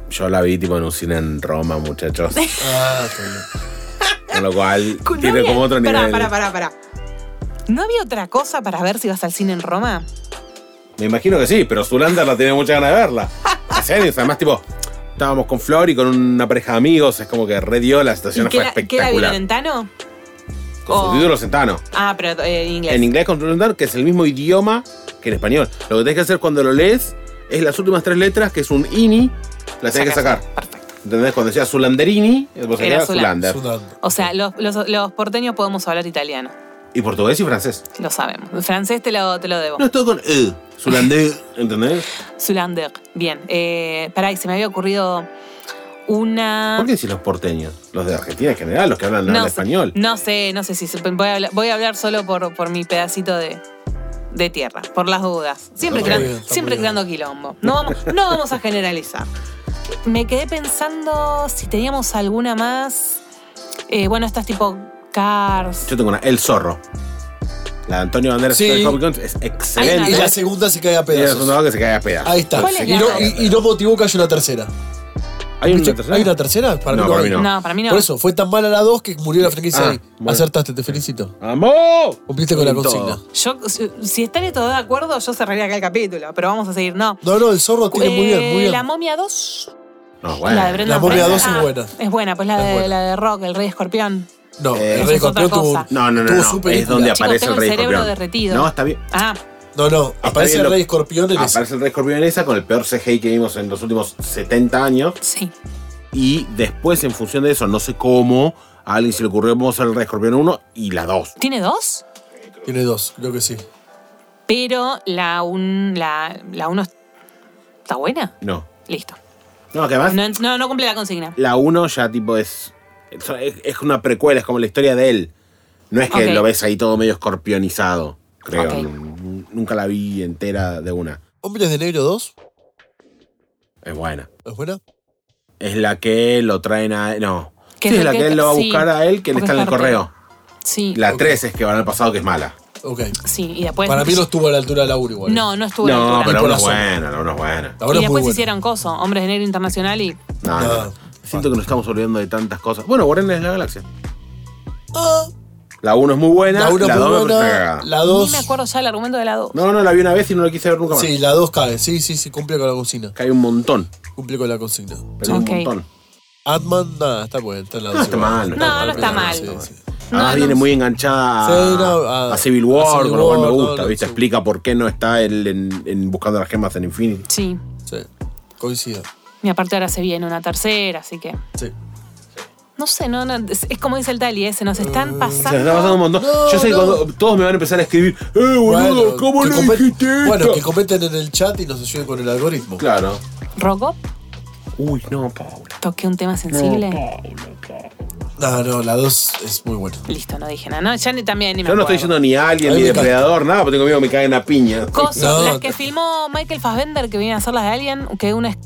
Speaker 5: Yo la vi tipo en un cine en Roma,
Speaker 1: (laughs)
Speaker 5: muchachos.
Speaker 6: Ah, está bien.
Speaker 5: Con lo cual
Speaker 1: Con- no
Speaker 5: tiene
Speaker 1: había-
Speaker 5: como otro nivel.
Speaker 1: Pará, pará, pará, pará. ¿No había otra cosa para ver si vas al cine en Roma?
Speaker 5: Me imagino que sí, pero Zulander la tiene mucha ganas de
Speaker 1: (laughs)
Speaker 5: verla. Hace años, además, tipo, estábamos con Flor y con una pareja de amigos, es como que redió la
Speaker 1: ¿Y
Speaker 5: situación,
Speaker 1: qué
Speaker 5: fue
Speaker 1: era, qué era
Speaker 5: espectacular.
Speaker 1: Violentano?
Speaker 5: Con
Speaker 1: Oh.
Speaker 5: subtítulos en Tano.
Speaker 1: Ah, pero eh, en inglés.
Speaker 5: En inglés con subtítulos, que es el mismo idioma que en español. Lo que tenés que hacer cuando lo lees es las últimas tres letras, que es un INI, las tenés que sacar.
Speaker 1: Perfecto.
Speaker 5: ¿Entendés? Cuando decía Zulanderini, vos
Speaker 1: Era
Speaker 5: sacabas
Speaker 1: Zula-
Speaker 5: Zulander.
Speaker 6: Zoolander.
Speaker 1: O sea, los, los- los porteños podemos hablar italiano.
Speaker 5: Y portugués y francés.
Speaker 1: Lo sabemos. El francés te lo, te lo
Speaker 5: (laughs)
Speaker 1: debo.
Speaker 5: No es todo con E. Zulander, ¿entendés?
Speaker 1: Zulander. Bien. Eh, pará, y se me había ocurrido una.
Speaker 5: ¿Por qué decís los porteños? Los de Argentina en general, los que hablan hablan
Speaker 1: sé-
Speaker 5: español.
Speaker 1: Ah. No sé, no sé si se- voy a hablar, voy a hablar solo por, por mi pedacito de, de tierra, por las dudas. Siempre,
Speaker 5: Está
Speaker 1: crean-
Speaker 6: muy bien, está
Speaker 1: siempre
Speaker 6: muy bien.
Speaker 1: creando quilombo. No vamos, no vamos a generalizar. Me quedé pensando si teníamos alguna más. Eh, bueno, estas tipo Cars.
Speaker 5: Yo tengo una, El Zorro. La de Antonio Banderas
Speaker 6: Sí.
Speaker 5: y Harry Hopkins es
Speaker 1: Hay
Speaker 5: excelente.
Speaker 6: Y
Speaker 1: una-
Speaker 6: la segunda se cae a
Speaker 5: Y la
Speaker 6: pedazos.
Speaker 5: segunda que se cae a pedazos.
Speaker 6: Ahí está.
Speaker 1: ¿Cuál es
Speaker 6: Y
Speaker 1: la-
Speaker 6: no, y, y no motivó que haya una tercera.
Speaker 5: ¿Hay una
Speaker 6: ¿Viste?
Speaker 5: tercera?
Speaker 6: ¿Hay una tercera? Para
Speaker 5: No,
Speaker 6: mí
Speaker 5: para
Speaker 6: hay.
Speaker 5: mí
Speaker 1: No, para mí no.
Speaker 6: Por eso, fue tan mala la 2 que murió la franquicia
Speaker 5: Ah,
Speaker 6: ahí.
Speaker 5: bueno.
Speaker 6: Acertaste, te felicito.
Speaker 5: ¡Vamos!
Speaker 6: Cumpliste con la
Speaker 5: Punto.
Speaker 6: consigna.
Speaker 1: Yo, si, si están todos de acuerdo, yo cerraría acá el capítulo, pero vamos a seguir. No.
Speaker 6: No, no, el zorro tiene muy bien,
Speaker 1: Eh,
Speaker 6: muy bien.
Speaker 1: La momia 2.
Speaker 5: No, bueno.
Speaker 1: La de Brendan
Speaker 6: La momia
Speaker 1: Fraser.
Speaker 6: 2 es
Speaker 1: Ah,
Speaker 6: buena.
Speaker 1: Es buena, pues la
Speaker 6: Es
Speaker 1: de,
Speaker 6: buena.
Speaker 1: la de Rock, el Rey Escorpión.
Speaker 6: No,
Speaker 5: Eh,
Speaker 6: el
Speaker 5: esa
Speaker 6: Rey
Speaker 1: es otra
Speaker 6: Escorpión tuvo.
Speaker 1: cosa.
Speaker 5: No, no, no.
Speaker 6: tuvo
Speaker 5: no,
Speaker 6: su
Speaker 5: Es
Speaker 6: película.
Speaker 5: donde
Speaker 1: Chicos,
Speaker 5: aparece
Speaker 1: tengo
Speaker 5: el rey
Speaker 1: el cerebro
Speaker 5: escorpión.
Speaker 1: derretido.
Speaker 5: No, está bien.
Speaker 1: Ah,
Speaker 6: No, no, aparece
Speaker 5: bien
Speaker 6: el
Speaker 5: lo-
Speaker 6: Rey Escorpión en esa.
Speaker 5: Aparece el Rey Escorpión en esa con el peor CGI que vimos en los últimos 70 años.
Speaker 1: Sí.
Speaker 5: Y después, en función de eso, no sé cómo, a alguien se le ocurrió vamos a hacer el Rey Escorpión 1 y la 2.
Speaker 1: ¿Tiene dos?
Speaker 6: Tiene dos, creo que sí.
Speaker 1: Pero la, un, la, la uno está buena.
Speaker 5: No.
Speaker 1: Listo.
Speaker 5: No, que además,
Speaker 1: No, no, no cumple la consigna.
Speaker 5: la 1 ya tipo es, es. es una precuela, es como la historia de él. No es que
Speaker 1: Ok.
Speaker 5: lo ves ahí todo medio escorpionizado, creo.
Speaker 1: Ok.
Speaker 5: N- Nunca la vi entera de una.
Speaker 6: Hombres de Negro 2,
Speaker 5: Es buena.
Speaker 6: ¿es buena?
Speaker 5: Es la que lo traen a. No.
Speaker 1: Que
Speaker 5: Sí,
Speaker 1: es
Speaker 5: es
Speaker 1: el
Speaker 5: la
Speaker 1: que-
Speaker 5: que él lo va a
Speaker 1: sí,
Speaker 5: buscar a él, que le
Speaker 1: porque
Speaker 5: está en
Speaker 1: es parte.
Speaker 5: el correo.
Speaker 1: Sí.
Speaker 5: La 3 es que van al pasado, que es mala.
Speaker 6: Ok.
Speaker 1: Sí, y después.
Speaker 6: Para mí no estuvo a la altura de la 1 igual.
Speaker 1: No, no estuvo a la
Speaker 5: No,
Speaker 1: altura.
Speaker 5: pero
Speaker 6: Por
Speaker 5: una
Speaker 6: la
Speaker 5: es
Speaker 6: zona.
Speaker 5: buena, la 1 es buena.
Speaker 1: y
Speaker 6: La 1 es muy
Speaker 1: después
Speaker 6: buena.
Speaker 1: hicieron coso, Hombres de Negro Internacional y.
Speaker 5: No, no.
Speaker 6: No.
Speaker 5: Siento que nos estamos olvidando de tantas cosas. Bueno, Guardianes de la Galaxia.
Speaker 6: Ah,
Speaker 5: La 1 es muy buena,
Speaker 6: la 1
Speaker 5: la
Speaker 6: es muy
Speaker 5: 2 es una
Speaker 6: buena.
Speaker 5: cagada.
Speaker 6: La
Speaker 1: Ni
Speaker 6: 2.
Speaker 1: me acuerdo ya el argumento de la 2.
Speaker 5: No, no, la vi una vez y no la quise ver nunca más.
Speaker 6: Sí, la 2 cae. Sí, sí, sí, cumple con la consigna.
Speaker 5: Que hay un montón,
Speaker 6: Cumple con la consigna.
Speaker 5: pero
Speaker 1: Ok.
Speaker 5: un montón.
Speaker 6: Atman, nada, está buena. Está en la
Speaker 5: No
Speaker 6: dos
Speaker 5: está
Speaker 6: igual.
Speaker 5: mal, no
Speaker 1: está mal. No, no
Speaker 6: sí,
Speaker 1: está mal.
Speaker 6: sí.
Speaker 5: Además
Speaker 1: No,
Speaker 5: Ah, viene
Speaker 1: no.
Speaker 5: muy enganchada a,
Speaker 6: Sí, no, a-
Speaker 5: a Civil
Speaker 6: a
Speaker 5: War,
Speaker 6: Civil
Speaker 5: con lo cual me
Speaker 6: War,
Speaker 5: gusta,
Speaker 6: no, no,
Speaker 5: ¿viste?
Speaker 6: sí.
Speaker 5: Explica por qué no está él en, en Buscando las Gemas en Infinity.
Speaker 1: Sí.
Speaker 6: Sí, coincido.
Speaker 1: Y aparte ahora se viene una tercera, así que.
Speaker 6: Sí.
Speaker 1: No sé, no, no, es, es como dice el Tali, ese, nos están
Speaker 5: Se me
Speaker 1: pasando.
Speaker 5: está pasando un montón.
Speaker 6: No,
Speaker 5: Yo sé que
Speaker 6: no.
Speaker 5: cuando- todos me van a empezar a escribir, ¡eh, boludo! ¿Cómo
Speaker 6: que
Speaker 5: le
Speaker 6: comen-
Speaker 5: dijiste esto?
Speaker 6: Bueno, que comenten en el chat y nos ayuden con el algoritmo.
Speaker 5: Claro.
Speaker 1: Rocco,
Speaker 5: Uy, no, Paula.
Speaker 1: toqué un tema sensible.
Speaker 6: No, no, la 2 es muy buena.
Speaker 1: Listo, no dije nada. No, ya ni también ni me
Speaker 5: Yo no estoy
Speaker 1: acuerdo.
Speaker 5: diciendo ni Alien,
Speaker 6: A mí
Speaker 5: ni
Speaker 6: me encanta.
Speaker 5: Depredador, nada, porque tengo miedo que me caigan a piña.
Speaker 1: Coso,
Speaker 6: No,
Speaker 1: las que
Speaker 6: te-
Speaker 1: filmó Michael Fassbender, que viene a hacer las de Alien, que una es-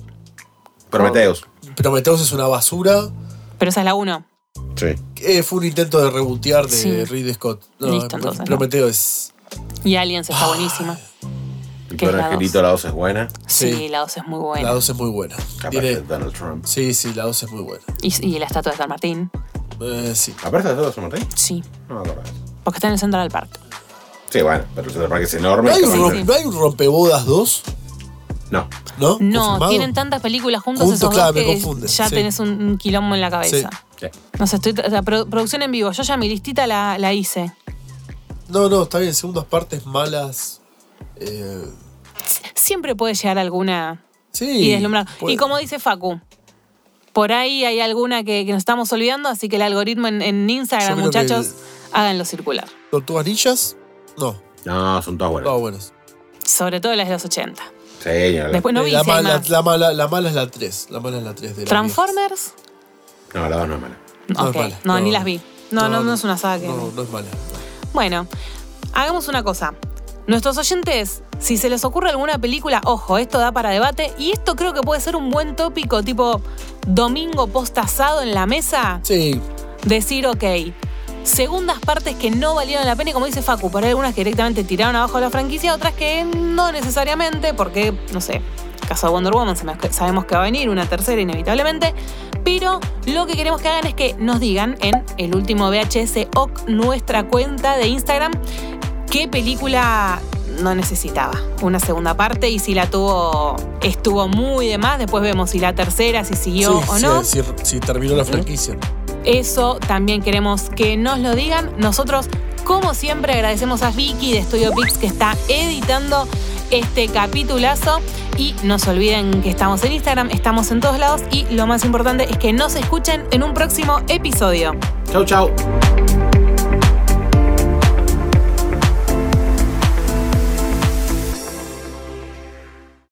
Speaker 5: Prometeos.
Speaker 6: Prometheus es una basura.
Speaker 1: Pero esa es la 1.
Speaker 5: Sí.
Speaker 6: Eh, fue un intento de rebotear de
Speaker 1: Sí.
Speaker 6: Ridley Scott.
Speaker 1: Listo, entonces,
Speaker 6: Prometheus
Speaker 1: Y Aliens
Speaker 6: Ah,
Speaker 1: está buenísima.
Speaker 5: El
Speaker 1: ¿Qué es
Speaker 5: peor
Speaker 1: la
Speaker 5: angelito,
Speaker 1: dos?
Speaker 5: la 2 es buena.
Speaker 1: Sí,
Speaker 6: Sí.
Speaker 1: la 2 es muy
Speaker 6: La
Speaker 1: buena.
Speaker 6: 2 es muy buena.
Speaker 5: Capaz
Speaker 6: Tiene-
Speaker 5: de Donald Trump.
Speaker 6: sí, sí, la 2 es muy buena.
Speaker 1: Y, y la estatua de San Martín.
Speaker 6: Eh, sí.
Speaker 5: ¿Aparte de todo, San Martín?
Speaker 1: Sí.
Speaker 5: No me acuerdo.
Speaker 1: Porque está en el Central Park.
Speaker 5: Sí, bueno, pero el Central Park es enorme.
Speaker 6: ¿No hay, un
Speaker 5: capaz
Speaker 6: rom-
Speaker 5: de-
Speaker 6: no hay un rompebodas 2?
Speaker 5: No.
Speaker 6: ¿No?
Speaker 1: No,
Speaker 6: ¿Confirmado?
Speaker 1: tienen tantas películas juntos,
Speaker 6: Juntos,
Speaker 1: esos
Speaker 6: claro,
Speaker 1: dos
Speaker 6: me
Speaker 1: que
Speaker 6: confunde,
Speaker 1: ya
Speaker 6: sí.
Speaker 1: tenés un, un quilombo en la cabeza.
Speaker 6: Sí.
Speaker 5: Sí.
Speaker 1: No sé, estoy la produ- producción en vivo. Yo ya mi listita la, la hice.
Speaker 6: No, no, está bien. Segundas partes malas. eh,
Speaker 1: S- Siempre puede llegar alguna
Speaker 6: sí.
Speaker 1: y deslumbrar.
Speaker 6: puede-
Speaker 1: Y como dice Facu, por ahí hay alguna que, que nos estamos olvidando, así que el algoritmo en, en Instagram,
Speaker 6: Yo creo que-
Speaker 1: muchachos, háganlo circular.
Speaker 6: ¿Tortugas ninjas? No,
Speaker 5: No, son todas buenas.
Speaker 6: no, buenas.
Speaker 1: Sobre todo las de los 80.
Speaker 5: Sí, no,
Speaker 1: Después no
Speaker 6: Eh,
Speaker 1: vi
Speaker 6: la,
Speaker 1: si hay
Speaker 6: mala,
Speaker 1: más.
Speaker 6: la, mala, la mala es la 3. La mala es la 3 de la
Speaker 1: ¿Transformers?
Speaker 5: no, la 2 no es mala.
Speaker 1: Ok,
Speaker 6: No
Speaker 1: No,
Speaker 6: es mala, no.
Speaker 1: ni las vi. No, no, no, es una saga que...
Speaker 6: No, no es mala.
Speaker 1: Bueno, hagamos una cosa. Nuestros oyentes, si se les ocurre alguna película, ojo, esto da para debate y esto creo que puede ser un buen tópico, tipo domingo postazado en la mesa,
Speaker 6: Sí,
Speaker 1: decir, ok, segundas partes que no valieron la pena y como dice Facu, por ahí algunas que directamente tiraron abajo la franquicia, otras que no necesariamente, porque, no sé, caso de Wonder Woman, se me- sabemos que va a venir una tercera inevitablemente, pero lo que queremos que hagan es que nos digan en el último VHS OC, nuestra cuenta de Instagram, qué película no necesitaba una segunda parte y si la tuvo, estuvo muy de más, después vemos si la tercera, si siguió
Speaker 6: sí,
Speaker 1: o
Speaker 6: sí,
Speaker 1: no. ¿Mm?
Speaker 6: sí, sí, terminó la franquicia.
Speaker 1: Eso también queremos que nos lo digan. Nosotros, como siempre, agradecemos a Vicky de Studio Pix que está editando este capitulazo. Y no se olviden que estamos en Instagram, estamos en todos lados y lo más importante es que nos escuchen en un próximo episodio.
Speaker 5: Chau, chau.